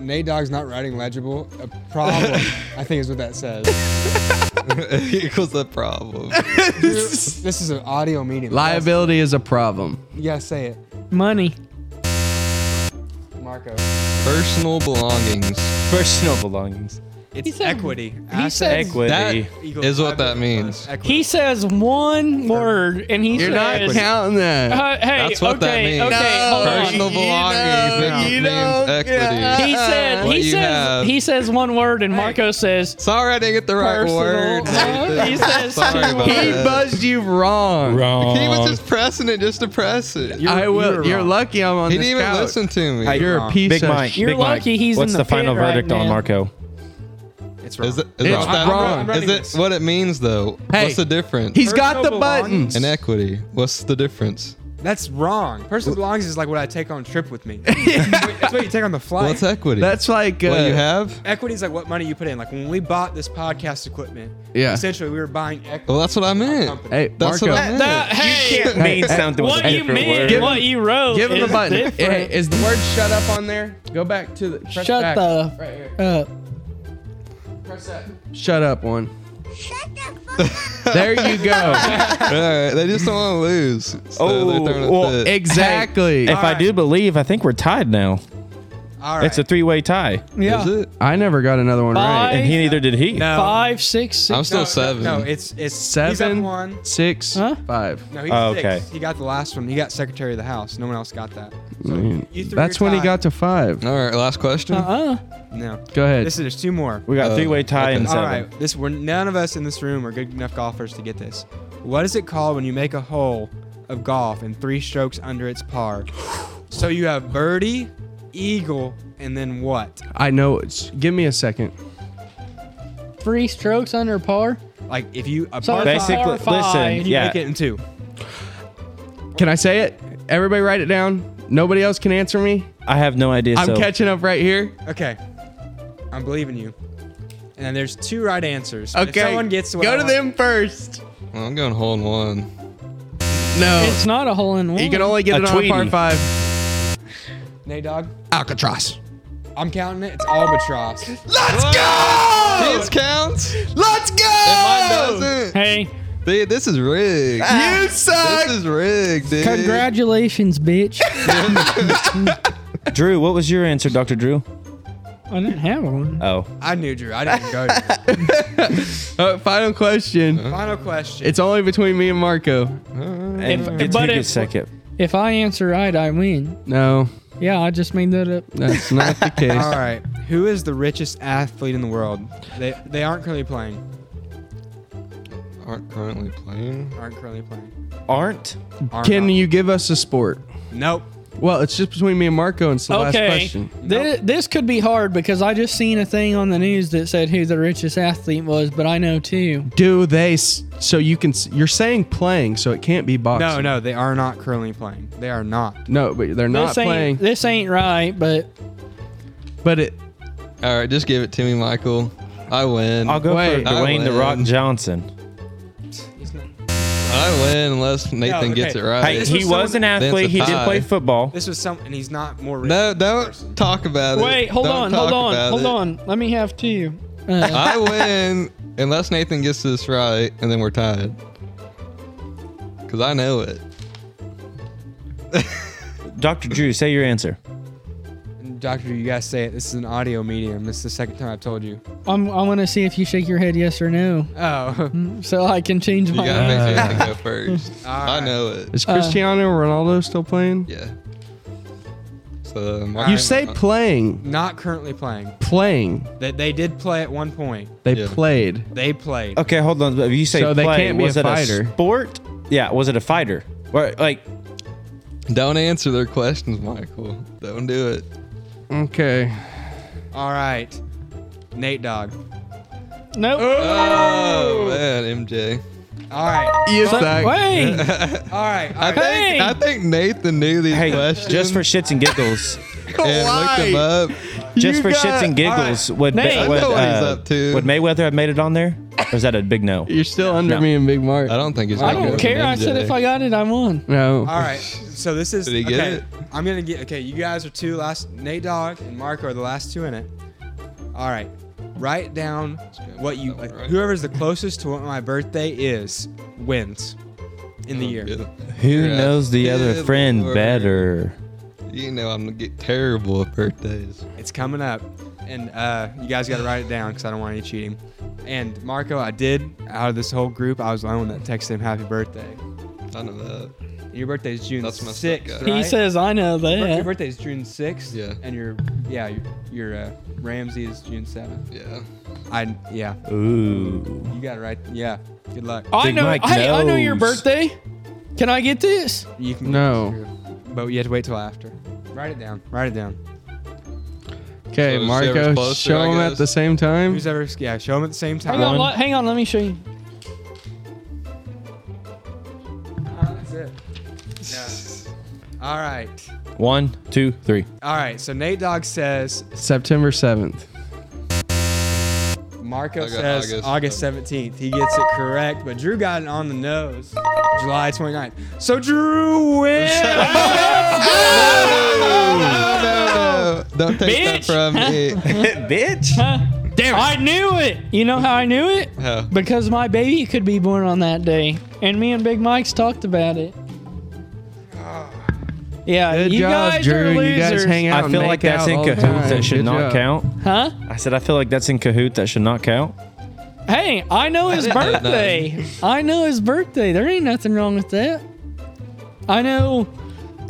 S2: Nate Dog's not writing legible. A problem, I think, is what that says.
S4: equals the problem.
S2: This is an audio medium.
S1: Liability is a problem.
S2: You gotta say it,
S3: Money.
S2: Marco.
S4: Personal belongings.
S5: Personal belongings.
S2: It's
S3: said-
S2: equity.
S3: He says.
S4: That
S5: Equity.
S2: equals
S4: is what that
S2: liability
S4: means.
S2: plus equity.
S3: He says one word, and he
S1: You're not
S3: says.
S1: counting that.
S3: Uh, hey,
S4: That's what that
S3: okay,
S4: means.
S3: okay, hold on.
S4: Personal belongings.
S1: know,
S4: that
S1: you
S4: means
S1: don't-
S4: equity.
S1: yeah.
S3: He said.
S4: What
S3: He
S4: you
S3: says.
S4: have.
S3: He says one word, and Marco says.
S4: Sorry, I didn't get the right
S3: Personal-
S4: word.
S3: No, he says
S4: Sorry
S3: two
S4: about
S1: He
S4: that.
S1: buzzed you wrong.
S5: Wrong.
S4: He was just pressing it just to press it.
S2: You're-
S1: I
S2: you're
S1: will. You're,
S2: wrong.
S1: lucky I'm on
S4: He
S1: this
S4: didn't even
S1: couch.
S4: listen to me.
S2: Hey,
S1: You're a
S2: Wrong.
S1: piece
S5: Big
S1: of
S5: Mike.
S1: shit.
S3: You're
S5: Big Mike.
S3: lucky he's
S5: What's
S3: in
S5: the,
S3: the
S5: final
S3: pit right
S5: verdict on
S3: now.
S5: Marco?
S2: It's wrong.
S4: is it, is
S1: It's
S4: that
S1: wrong.
S4: wrong?
S1: I'm
S2: running
S4: Is
S2: this.
S4: it what it means though?
S1: Hey,
S4: What's the difference?
S1: He's got the
S2: Personal belongings.
S1: buttons.
S4: inequity. What's the difference?
S2: That's wrong. Personal belongings is like what I take on a trip with me. That's what you take on the flight.
S4: What's equity?
S1: That's like uh,
S4: what you have.
S2: Equity is like what money you put in. Like when we bought this podcast equipment,
S1: Yeah.
S2: essentially we were buying equity.
S4: Well, that's what I meant.
S1: Hey,
S4: That's
S1: Marco.
S4: what I meant.
S3: That- "Uh, hey,
S5: mean
S1: hey,
S5: something with a
S3: what you
S5: different
S3: meant,
S5: word.
S3: what you wrote.
S1: Give him the
S3: is
S1: button.
S3: different.
S1: Hey, is the word "shut up" on there? Go back to the. Press
S3: Shut
S1: back.
S3: the
S1: Right here.
S3: up.
S1: Press that. Shut up one. There you go.
S4: All right, they just don't want to lose. So
S5: Oh,
S4: they're throwing a
S5: well,
S4: fit.
S1: exactly.
S5: If I do believe, I think we're tied now.
S2: All right.
S5: It's a three way tie.
S2: yeah.
S4: Is it?
S1: I never got another one
S3: Five,
S1: right.
S5: And he neither did he.
S2: No.
S3: five, six, six.
S4: I'm still
S2: No,
S4: seven.
S2: No, it's it's He's up
S1: Seven,
S2: one.
S1: six,
S3: Huh?
S1: five.
S2: No, he's
S5: Oh, okay.
S2: six. He got the last one. He got Secretary of the House. No one else got that.
S1: Mm.
S2: you three
S1: That's
S2: are
S1: when he
S2: tied.
S1: got to five.
S4: All right, last question.
S1: Uh-huh.
S3: uh-uh.
S2: No.
S1: Go ahead.
S2: This is there's two more.
S5: We got
S4: Uh,
S5: three way tie
S4: okay.
S5: and
S2: All
S5: seven.
S2: right. This we're none of us in this room are good enough golfers to get this. What is it called when you make a hole of golf and three strokes under its par? So you have birdie, eagle, and then what?
S1: I know. It's, give me a second.
S3: Three strokes under par.
S2: Like if you a
S3: So
S2: par
S3: it's
S2: five,
S3: par
S5: Basically,
S3: five.
S5: listen,
S2: you
S5: yeah.
S2: make it in two.
S1: Can I say it? Everybody write it down. Nobody else can answer me.
S5: I have no idea.
S1: I'm
S5: so
S1: catching up right here.
S2: Okay. I'm believing you. And then there's two right answers. If
S1: Okay.
S2: someone gets what
S1: Go
S2: I
S1: to
S2: want-
S1: them first.
S4: Well, I'm going hole in one.
S1: No.
S3: It's not a hole in one.
S1: You can only get
S5: A
S1: it on a par
S5: Tweety.
S1: five.
S2: Nay dog.
S1: Alcatraz.
S2: I'm counting it. It's albatross.
S1: Let's go!
S4: This counts.
S1: Let's go! Oh.
S4: Mine doesn't.
S3: Hey,
S4: Dude, this is rigged.
S1: You
S4: This
S1: suck!
S4: is rigged, dude.
S3: congratulations, bitch.
S5: Drew, what was your answer, Dr. Drew?
S3: I didn't have one.
S5: Oh.
S2: I knew Drew. I didn't go. to-
S1: Uh, final question.
S2: Final question.
S1: It's only between me and Marco.
S5: And
S3: If-
S5: it's
S3: but
S5: who
S3: if-
S5: gets second.
S3: If I answer right, I win.
S1: No,
S3: Yeah, I just made that up.
S1: that's not the case.
S2: All right. Who is the richest athlete in the world? They they aren't currently playing.
S4: Aren't currently playing.
S2: Aren't currently playing.
S5: Aren't?
S2: Aren't
S1: Can
S2: not.
S1: you give us a sport?
S2: Nope.
S1: Well, it's just between me and Marco, and it's the last
S3: Okay,
S1: question.
S3: this, this could be hard because I just seen a thing on the news that said who the richest athlete was, but I know two.
S1: Do they? s- So you can. s- You're saying playing, so it can't be boxing.
S2: No, no, they are not currently playing. They are not.
S1: no. But they're not
S3: this ain't
S1: playing.
S3: this ain't right, but
S1: But it.
S4: All right, just give it to me, Michael. I win.
S5: I'll go
S1: Wait.
S5: for
S4: I
S5: Dwayne The Rock
S4: win.
S5: Johnson.
S4: I win unless Nathan
S2: No,
S4: gets
S2: okay.
S4: it right.
S5: Hey, he
S2: was
S5: was an
S2: someone-
S5: athlete.
S4: That's a
S5: He did
S4: tie.
S5: play football.
S2: This was some, and he's not more rich.
S4: no, don't talk about it.
S3: wait, hold
S4: Don't
S3: on, hold
S4: talk
S3: on,
S4: about
S3: hold
S4: it.
S3: on. Let me have two. Uh,
S4: I win unless Nathan gets this right, and then we're tied. Cause I know it.
S5: Dr. Drew, say your answer.
S2: Doctor, you gotta say it. This is an audio medium. This is the second time I've told you.
S3: I'm, I want to see if you shake your head yes or no, Mm,
S2: Oh.
S3: so I can change
S4: You
S3: my.
S4: gotta make sure Nathan go first. I
S2: right.
S4: know it.
S2: Uh,
S1: Is Cristiano Ronaldo still playing?
S4: Yeah. So um,
S1: You say playing,
S2: Not currently playing.
S1: playing.
S2: They, they did play at one point.
S1: They
S4: Yeah.
S1: played.
S2: They played.
S5: Okay, hold on. If you say
S1: So
S5: play,
S1: they can't be
S5: was
S1: a
S5: it
S1: fighter.
S5: a sport? Yeah, was it a fighter? Or, like,
S4: don't answer their questions, Michael. Don't do it.
S1: Okay.
S2: All right. Nate Dog.
S3: Nope.
S4: Oh man, MJ.
S2: All right.
S1: You
S3: So- wait.
S2: All right. All
S4: I
S2: right.
S4: think
S3: Hey!
S4: I think Nathan knew these
S5: hey,
S4: questions.
S5: just for shits and giggles,
S4: and looked them up.
S5: just for
S1: got-
S5: shits and giggles, would, Ma-
S3: Nate. I know
S5: would,
S4: what he's
S5: uh,
S4: up to.
S5: would Mayweather have made it on there? Or is that a big no?
S1: You're still under
S5: No.
S1: me and Big Mark.
S4: I don't think it's.
S3: I
S4: gonna go
S3: don't
S4: with
S3: care. I
S4: MJ.
S3: said if I got it, I won.
S1: No.
S2: All right. So this is.
S4: Did he get
S2: okay,
S4: it?
S2: I'm gonna get. Okay, you guys are two last. Nate Dog and Mark are the last two in it. All right. Write down what you.
S4: That one, right?
S2: Whoever's the closest to what my birthday is wins in the
S4: Oh,
S2: year.
S5: Who
S4: You're a
S5: knows the other
S4: good
S5: friend
S4: lord.
S5: better?
S4: You know I'm gonna get terrible at birthdays.
S2: It's coming up, and uh, you guys got to write it down because I don't want any cheating. And Marco, I did out of this whole group, I was the only one that texted him happy birthday.
S4: I know that.
S2: Your birthday is June
S4: That's messed up,
S2: sixth.
S4: guys.
S2: Right?
S3: He says I know
S2: Your bir- your
S3: that.
S2: birthday is June sixth.
S4: Yeah.
S2: And your yeah your, your uh, Ramsey is June seventh.
S4: Yeah.
S2: I yeah.
S5: Ooh.
S2: You got it right. Yeah. Good luck.
S3: I
S5: Big
S3: know.
S5: Mike
S3: Hey, I know your
S5: knows.
S3: birthday. Can I get this?
S2: You can
S1: No.
S2: But you have to wait till after. Write it down. Write it down.
S1: Okay,
S4: So whoever's
S1: Marco,
S4: closer,
S1: show
S4: I
S1: them at
S4: guess.
S1: the same time.
S2: Who's ever? Yeah. Show them at the same time.
S3: Hang on,
S5: One.
S3: let, hang on. Let me show you.
S2: Uh, that's it. Yeah. All right.
S5: One, two, three.
S2: All right. So Nate Dog says
S1: September 7th.
S2: Marco
S4: I got
S2: says
S4: August.
S2: August 17th. He gets it correct, but Drew got it on the nose. July 29th. So Drew wins.
S4: No, no, don't take
S3: Bitch.
S4: that from me.
S5: Bitch.
S3: Huh? I knew it. You know how I knew it?
S4: How?
S3: Because my baby could be born on that day, and me and Big Mike's talked about it. Yeah,
S1: Good
S3: you
S1: job,
S3: guys
S1: Drew.
S3: are
S1: You guys
S3: losers.
S1: hang out.
S5: I feel
S1: and
S5: like
S1: make
S5: that's
S1: out
S5: in
S1: all the
S5: cahoot
S1: time.
S5: that should
S1: Good
S5: not
S1: job.
S5: count.
S3: Huh?
S5: I said I feel like that's in cahoot that should not count.
S3: Hey, I know his
S4: didn't know nothing.
S3: birthday. I know his birthday. There ain't nothing wrong with that. I know.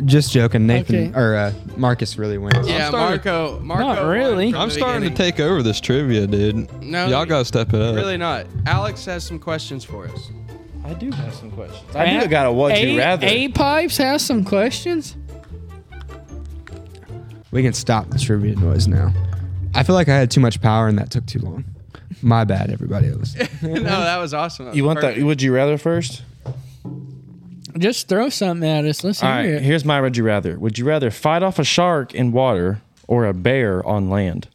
S2: Just joking, Nathan
S3: Okay.
S2: or uh, Marcus really wins.
S1: Yeah,
S4: starting-
S1: Marco. Marco.
S3: Not
S1: won
S3: really.
S1: from
S4: I'm
S1: the
S4: starting
S1: beginning.
S4: to take over this trivia, dude.
S1: No,
S4: y'all gotta step it up.
S1: Really not. Alex has some questions for us.
S5: I do have some questions. I do got a would
S3: A,
S5: you rather.
S3: A pipes has some questions.
S2: We can stop the trivia noise now. I feel like I had too much power and that took too long. My bad, everybody else.
S1: no, that was awesome. That
S5: you
S1: was
S5: want that?
S1: perfect.
S5: Would you rather first?
S3: Just throw something at us. Let's
S5: All
S3: hear
S5: right.
S3: it.
S5: Here's my would you rather. Would you rather fight off a shark in water or a bear on land?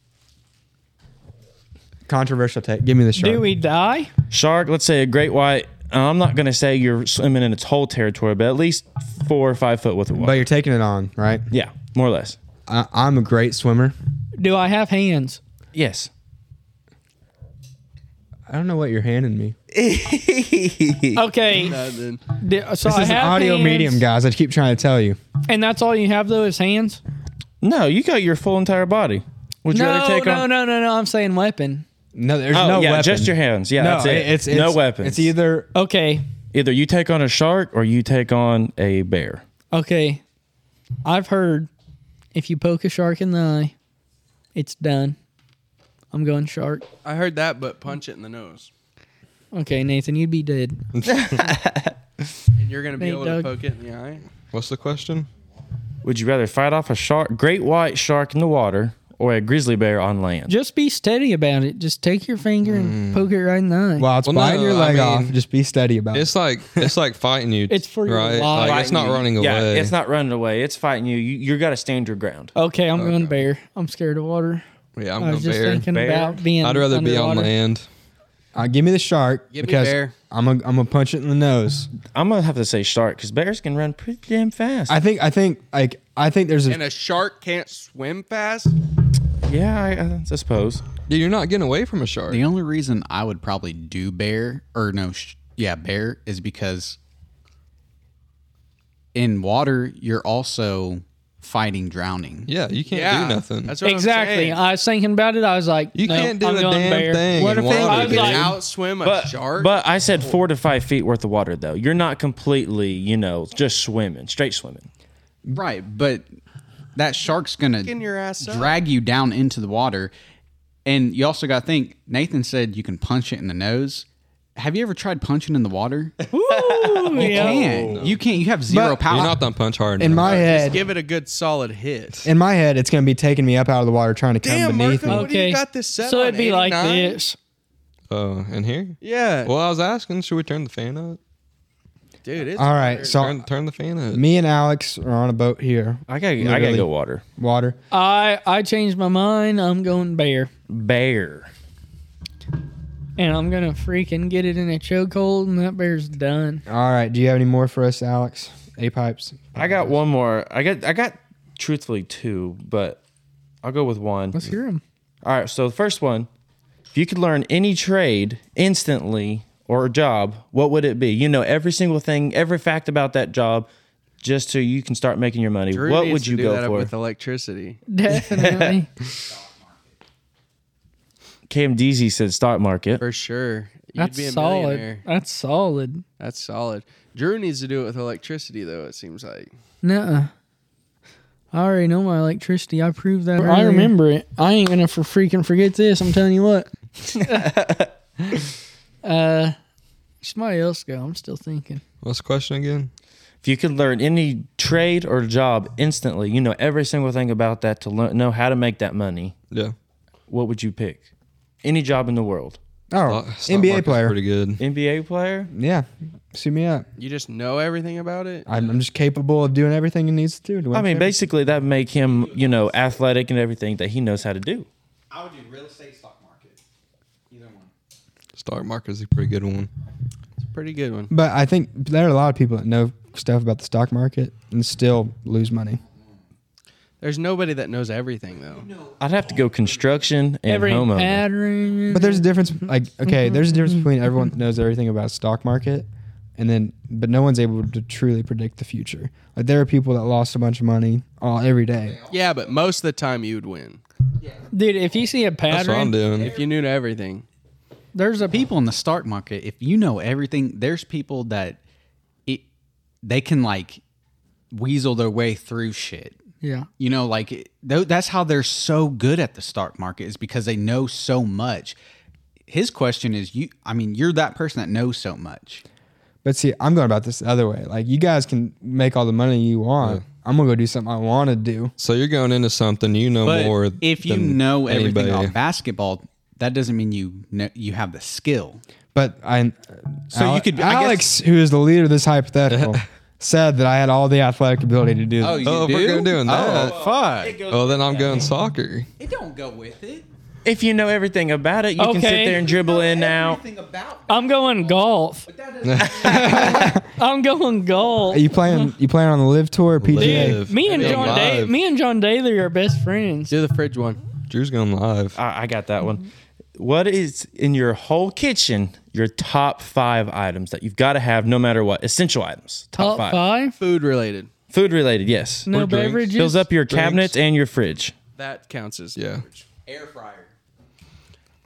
S2: Controversial take. Give me the shark.
S3: Do we die?
S5: Shark. Let's say a great white. uh, I'm not gonna say you're swimming in its whole territory, but at least four or five foot with a
S2: but
S5: water.
S2: you're taking it on, right?
S5: yeah, more or less.
S2: I, I'm a great swimmer.
S3: Do I have hands?
S5: Yes.
S2: I don't know what you're handing me.
S3: Okay.
S1: Uh, then-
S3: d- So
S2: This
S3: I
S2: is an
S3: have
S2: audio
S3: hands,
S2: medium, guys. I keep trying to tell you.
S3: And that's all you have though is hands.
S5: No, you got your full entire body. Would you
S3: No,
S5: rather take
S3: no,
S5: on?
S3: no, no, no. I'm saying weapon.
S2: No, there's
S5: Oh
S2: no
S5: yeah,
S2: weapon.
S5: just your hands. Yeah,
S2: No,
S5: that's it.
S2: It's, it's
S5: no weapons.
S2: It's either
S3: Okay.
S5: either you take on a shark or you take on a bear.
S3: Okay. I've heard if you poke a shark in the eye, it's done. I'm going shark.
S1: I heard that, but punch it in the nose,
S3: Okay, Nathan, you'd be dead.
S1: and you're gonna be
S3: Nate
S1: able
S3: Dogg.
S1: to poke it in the eye.
S4: What's the question?
S5: Would you rather fight off a shark, great white shark in the water, or a grizzly bear on land?
S3: Just be steady about it. Just take your finger and poke it right in the eye.
S2: while it's
S4: Mm. Well,
S2: biting
S4: no,
S2: your
S4: I
S2: leg off.
S4: mean-
S2: Just be steady about it.
S4: It's like it's like fighting you.
S3: It's for your
S4: right?
S3: life.
S4: Like, it's not running away.
S5: Yeah, it's not running away. It's fighting you. You, you got to stand your ground.
S3: Okay, I'm going bear. I'm scared of water.
S4: Yeah, I'm going
S3: i was just
S4: Oh, bear.
S3: thinking
S5: Bear?
S3: about being.
S4: I'd rather be on
S3: underwater.
S4: land.
S2: Uh, give me the shark
S1: Give me
S2: because
S1: bear.
S2: I'm gonna I'm gonna punch it in the nose.
S5: I'm gonna have to say shark because bears can run pretty damn fast.
S2: I think I think like I think there's a
S1: And a shark can't swim fast.
S5: yeah, I, I suppose.
S4: Dude, you're not getting away from a shark.
S7: The only reason I would probably do bear or no, sh- yeah, bear is because in water you're also fighting drowning.
S4: Yeah, you can't
S1: Yeah,
S4: do nothing.
S1: That's what
S3: Exactly.
S1: I'm saying.
S3: I was thinking about it. I was like,
S4: you
S3: no,
S4: can't do
S3: I'm
S4: a
S3: going
S4: damn
S3: bear.
S4: thing.
S2: What
S4: in
S2: if they-
S4: water,
S3: I was
S4: dude.
S3: like-
S1: outswim a
S5: But,
S1: shark.
S5: but I said four to five feet worth of water though. You're not completely, you know, just swimming, straight swimming.
S7: Right, but that shark's gonna
S1: Picking your ass up.
S7: drag you down into the water, and you also got to think. Nathan said you can punch it in the nose. Have you ever tried punching in the water? You
S3: Ooh, yeah.
S7: can't. You can't. You have zero
S2: But-
S7: power.
S4: You're not done punch hard.
S2: in
S4: enough.
S2: my head.
S1: give it a good solid hit.
S2: In my head, it's gonna be taking me up out of the water, trying to come
S1: Damn,
S2: beneath
S1: Marco.
S2: me.
S1: What do you got this set
S3: so
S1: on,
S3: it'd be like
S1: 89?
S3: this.
S4: Oh, in here?
S1: Yeah,
S4: Well, I was asking, should we turn the fan up?
S1: dude. It's
S2: All right, so
S4: Turn, turn the fan up.
S2: me and Alex are on a boat here,
S5: I gotta, I gotta
S2: Literally.
S5: go water.
S2: water.
S3: I I changed my mind. I'm going bear,
S5: Bear.
S3: and I'm gonna freaking get it in a chokehold, and that bear's done.
S2: All right, do you have any more for us, Alex? A pipes. Oh,
S5: I got one more. I got, I got, truthfully two, but I'll go with one.
S3: Let's hear him.
S5: All right. So the first one, if you could learn any trade instantly or a job, what would it be? You know every single thing, every fact about that job, just so you can start making your money.
S1: Drew
S5: what
S1: needs
S5: would
S1: to
S5: you
S1: do
S5: go
S1: that
S5: for?
S1: with electricity?
S3: Definitely.
S5: Cam Deasy said stock market.
S1: For sure. You'd be a
S3: That's solid.
S1: millionaire.
S3: That's solid.
S1: That's solid. Drew needs to do it with electricity, though. It seems like
S3: Nuh-uh. I already know my electricity. I proved that. I remember it. I ain't gonna for freaking forget this. I'm telling you what. uh, somebody else go. I'm still thinking.
S4: What's the question again?
S5: If you could learn any trade or job instantly, you know every single thing about that to learn, know how to make that money.
S4: Yeah.
S5: What would you pick? Any job in the world.
S2: Oh,
S4: Stock- stock
S2: NBA
S4: market's
S2: player.
S4: Pretty good.
S5: NBA player.
S2: yeah, suit me up.
S1: you just know everything about it.
S2: I'm, I'm just capable of doing everything it needs to do. to win
S5: I mean,
S2: champions-
S5: basically that make him, you know, athletic and everything that he knows how to do.
S7: I would do real estate, stock market, either one.
S4: Stock market's a pretty good one.
S1: It's a pretty good one.
S2: But I think there are a lot of people that know stuff about the stock market and still lose money.
S1: There's nobody that knows everything though.
S5: I'd have to go construction and
S3: Every
S5: homeowner.
S3: pattern.
S5: Mm-hmm.
S2: But there's a difference. Like, okay, there's a difference between everyone that knows everything about stock market and then but no one's able to truly predict the future. Like there are people that lost a bunch of money all every day.
S1: Yeah, but most of the time you would win
S3: Dude, if you see a
S4: That's what I'm
S3: pattern,
S4: doing.
S1: if you knew everything.
S3: there's a
S7: people in the stock market if you know everything there's people that it they can like weasel their way through shit
S3: yeah.
S7: you know like it- tho- that's how they're so good at the stock market is because they know so much his question is you i mean you're that person that knows so much
S2: But see, I'm going about this the other way. Like you guys can make all the money you want. I'm gonna go do something I want to do.
S4: So you're going into something you know
S7: but
S4: more.
S7: if you
S4: than
S7: know everything
S4: anybody.
S7: about basketball that doesn't mean you know you have the skill
S2: But I
S7: So
S2: Ale-
S7: you could- I guess-
S2: Alex, who is the leader of this hypothetical, said that I had all the athletic ability to do. That.
S4: oh, if we're gonna doing that.
S7: oh fuck
S4: Well, then I'm going soccer.
S7: it don't go with it
S5: If you know everything about it, you can sit
S3: Okay.
S5: there and dribble in now.
S7: about
S3: I'm going golf. I'm going golf.
S2: Are you playing? You playing on the live tour, or PGA?
S4: Live.
S3: Me and
S4: Going
S3: John Day,
S4: live.
S3: me and John Daly are best friends.
S1: Do the fridge one.
S4: Drew's going live.
S5: I, I got that one. What is in your whole kitchen? Your top five items that you've got to have, no matter what. Essential items.
S3: Top five?
S1: Food related.
S5: Food related, yes.
S3: No
S4: Or drinks.
S3: beverages.
S5: Fills up your cabinets
S4: drinks.
S5: and your fridge.
S1: That counts as
S4: Yeah.
S7: air fryer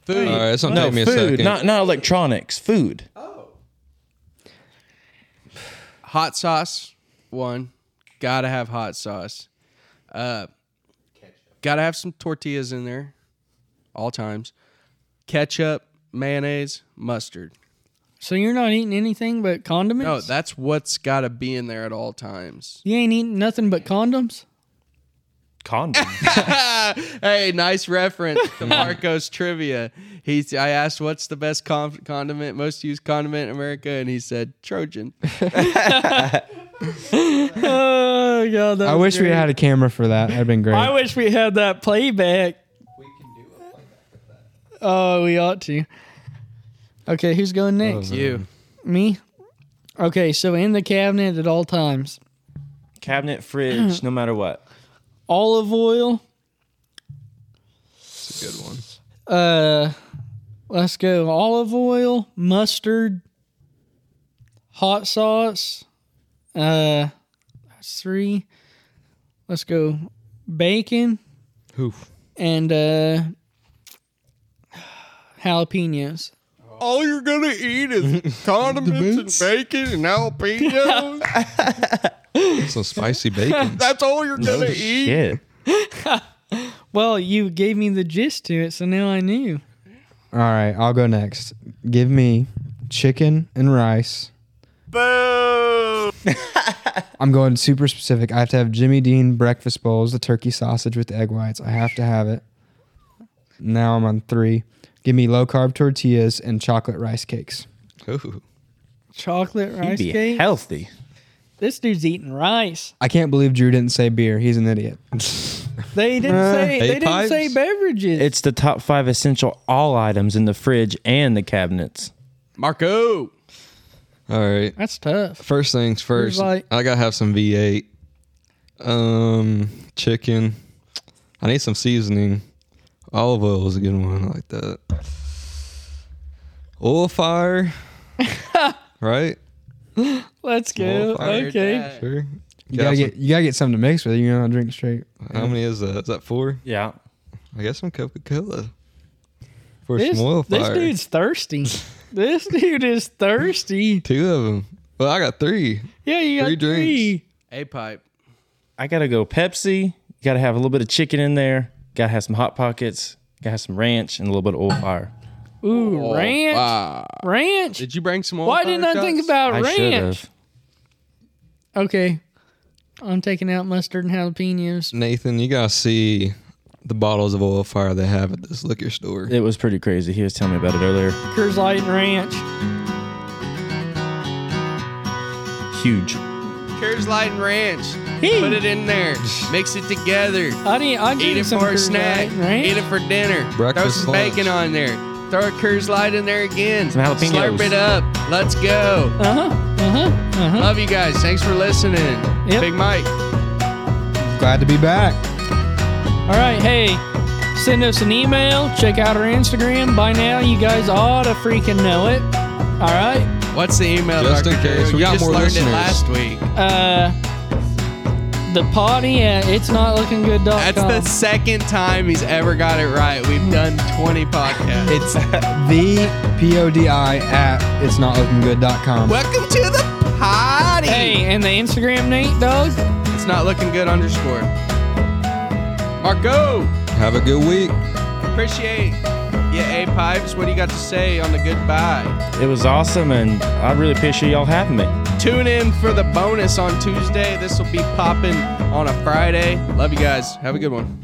S1: food.
S4: All right, it's gonna
S5: No
S4: take me a
S5: food,
S4: second.
S5: not not electronics. Food.
S1: Hot sauce one. Gotta have hot sauce. Uh, gotta have some tortillas in there, all times. Ketchup, mayonnaise, mustard.
S3: So you're not eating anything but condoments?
S1: No, that's what's gotta be in there at all times.
S3: you ain't eating nothing but condoms?
S5: Condoms.
S1: Hey, nice reference to Marcos trivia. He, I asked, "What's the best con- condiment, most used condiment in America?" And he said, "Trojan."
S3: Oh god, that
S2: I
S3: was
S2: wish we
S3: great.
S2: had a camera for that. That'd been great.
S3: I wish we had that playback. We can do a playback Oh, we ought to. Okay, who's going next?
S1: You
S3: Me? Okay, so in the cabinet at all times.
S5: Cabinet, fridge, no matter what.
S3: Olive oil.
S4: It's a good one.
S3: Uh let's go. Olive oil, mustard, hot sauce. Uh that's three. Let's go. Bacon
S4: Oof.
S3: and uh jalapenos.
S1: all you're gonna eat is condiments and bacon and jalapenos.
S4: Some spicy bacon.
S1: That's all you're gonna eat.
S5: Oh, Shit.
S3: Well, you gave me the gist to it, so now I knew.
S2: All right, I'll go next. Give me chicken and rice. Boo! I'm going super specific. I have to have Jimmy Dean breakfast bowls, the turkey sausage with egg whites. I have to have it. Now I'm on three. Give me low carb tortillas and chocolate rice cakes.
S4: Ooh.
S3: Chocolate rice
S5: Be
S3: cake.
S5: healthy.
S3: This dude's eating rice.
S2: I can't believe Drew didn't say beer. He's an idiot.
S3: They didn't say. They
S4: eight
S3: didn't
S4: Uh, pipes?
S3: say beverages.
S5: It's the top five essential all items in the fridge and the cabinets.
S1: Marco.
S4: All right.
S3: That's tough.
S4: First things first.
S3: like-
S4: I gotta have some V8. Um, chicken. I need some seasoning. Olive oil is a good one. I like that. Oil fire. right.
S3: Let's go.
S4: fired
S3: Okay.
S4: Sure.
S2: You gotta get you gotta get something to mix with. You know, drink straight.
S4: How many is that? Is that four?
S5: Yeah.
S4: I got some Coca Cola for
S3: This,
S4: some oil
S3: this
S4: fire.
S3: dude's thirsty. this dude is thirsty.
S4: Two of them. Well, I got three.
S3: Yeah, you got
S4: Three
S3: three.
S4: drinks.
S1: A pipe.
S5: I gotta go Pepsi. You gotta have a little bit of chicken in there. Gotta have some hot pockets. Gotta have some ranch and a little bit of oil fire.
S3: Ooh, ranch.
S1: Oh, Wow.
S3: Ranch.
S1: Did you bring some?
S3: Why didn't I think about
S5: I should
S3: ranch?
S5: have.
S3: Okay. I'm taking out mustard and jalapenos.
S4: Nathan, you gotta see the bottles of oil fire they have at this liquor store.
S5: It was pretty crazy. He was telling me about it earlier.
S3: Coors Light and ranch.
S5: Huge.
S1: Coors Light and Ranch? Put it in there. Mix it together.
S3: I need. I
S1: Eat
S3: need
S1: it
S3: some
S1: for a
S3: Coors
S1: snack.
S3: Light and ranch.
S1: Eat it for dinner.
S4: Breakfast,
S1: Throw some
S4: lunch.
S1: bacon on there. Throw a Coors Light in there again.
S5: Some jalapenos.
S1: Slurp it up. Let's go.
S3: Uh huh. Uh huh. Uh huh.
S1: Love you guys. Thanks for listening.
S3: Yep.
S1: Big Mike.
S2: Glad to be back.
S3: All right, hey, send us an email, check out our Instagram. By now, you guys ought to freaking know it. All right,
S1: What's the email?
S4: Just
S1: Dr.
S4: in case,
S1: Drew?
S4: we
S1: You
S4: got
S1: just
S4: more
S1: learned it
S4: listeners.
S1: last week.
S3: Uh, the potty at it's not looking good.
S1: That's the second time he's ever got it right. We've done 20 podcasts.
S8: It's the podi at it's not looking good.com.
S1: Welcome to the party.
S3: Hey, and the Instagram Nate dog.
S1: It's not looking good underscore. Marco,
S4: Have a good week.
S1: appreciate you, A Pipes. What do you got to say on the goodbye?
S5: It was awesome, and I really appreciate y'all having me.
S1: Tune in for the bonus on Tuesday. This will be popping on a Friday. Love you guys. Have a good one.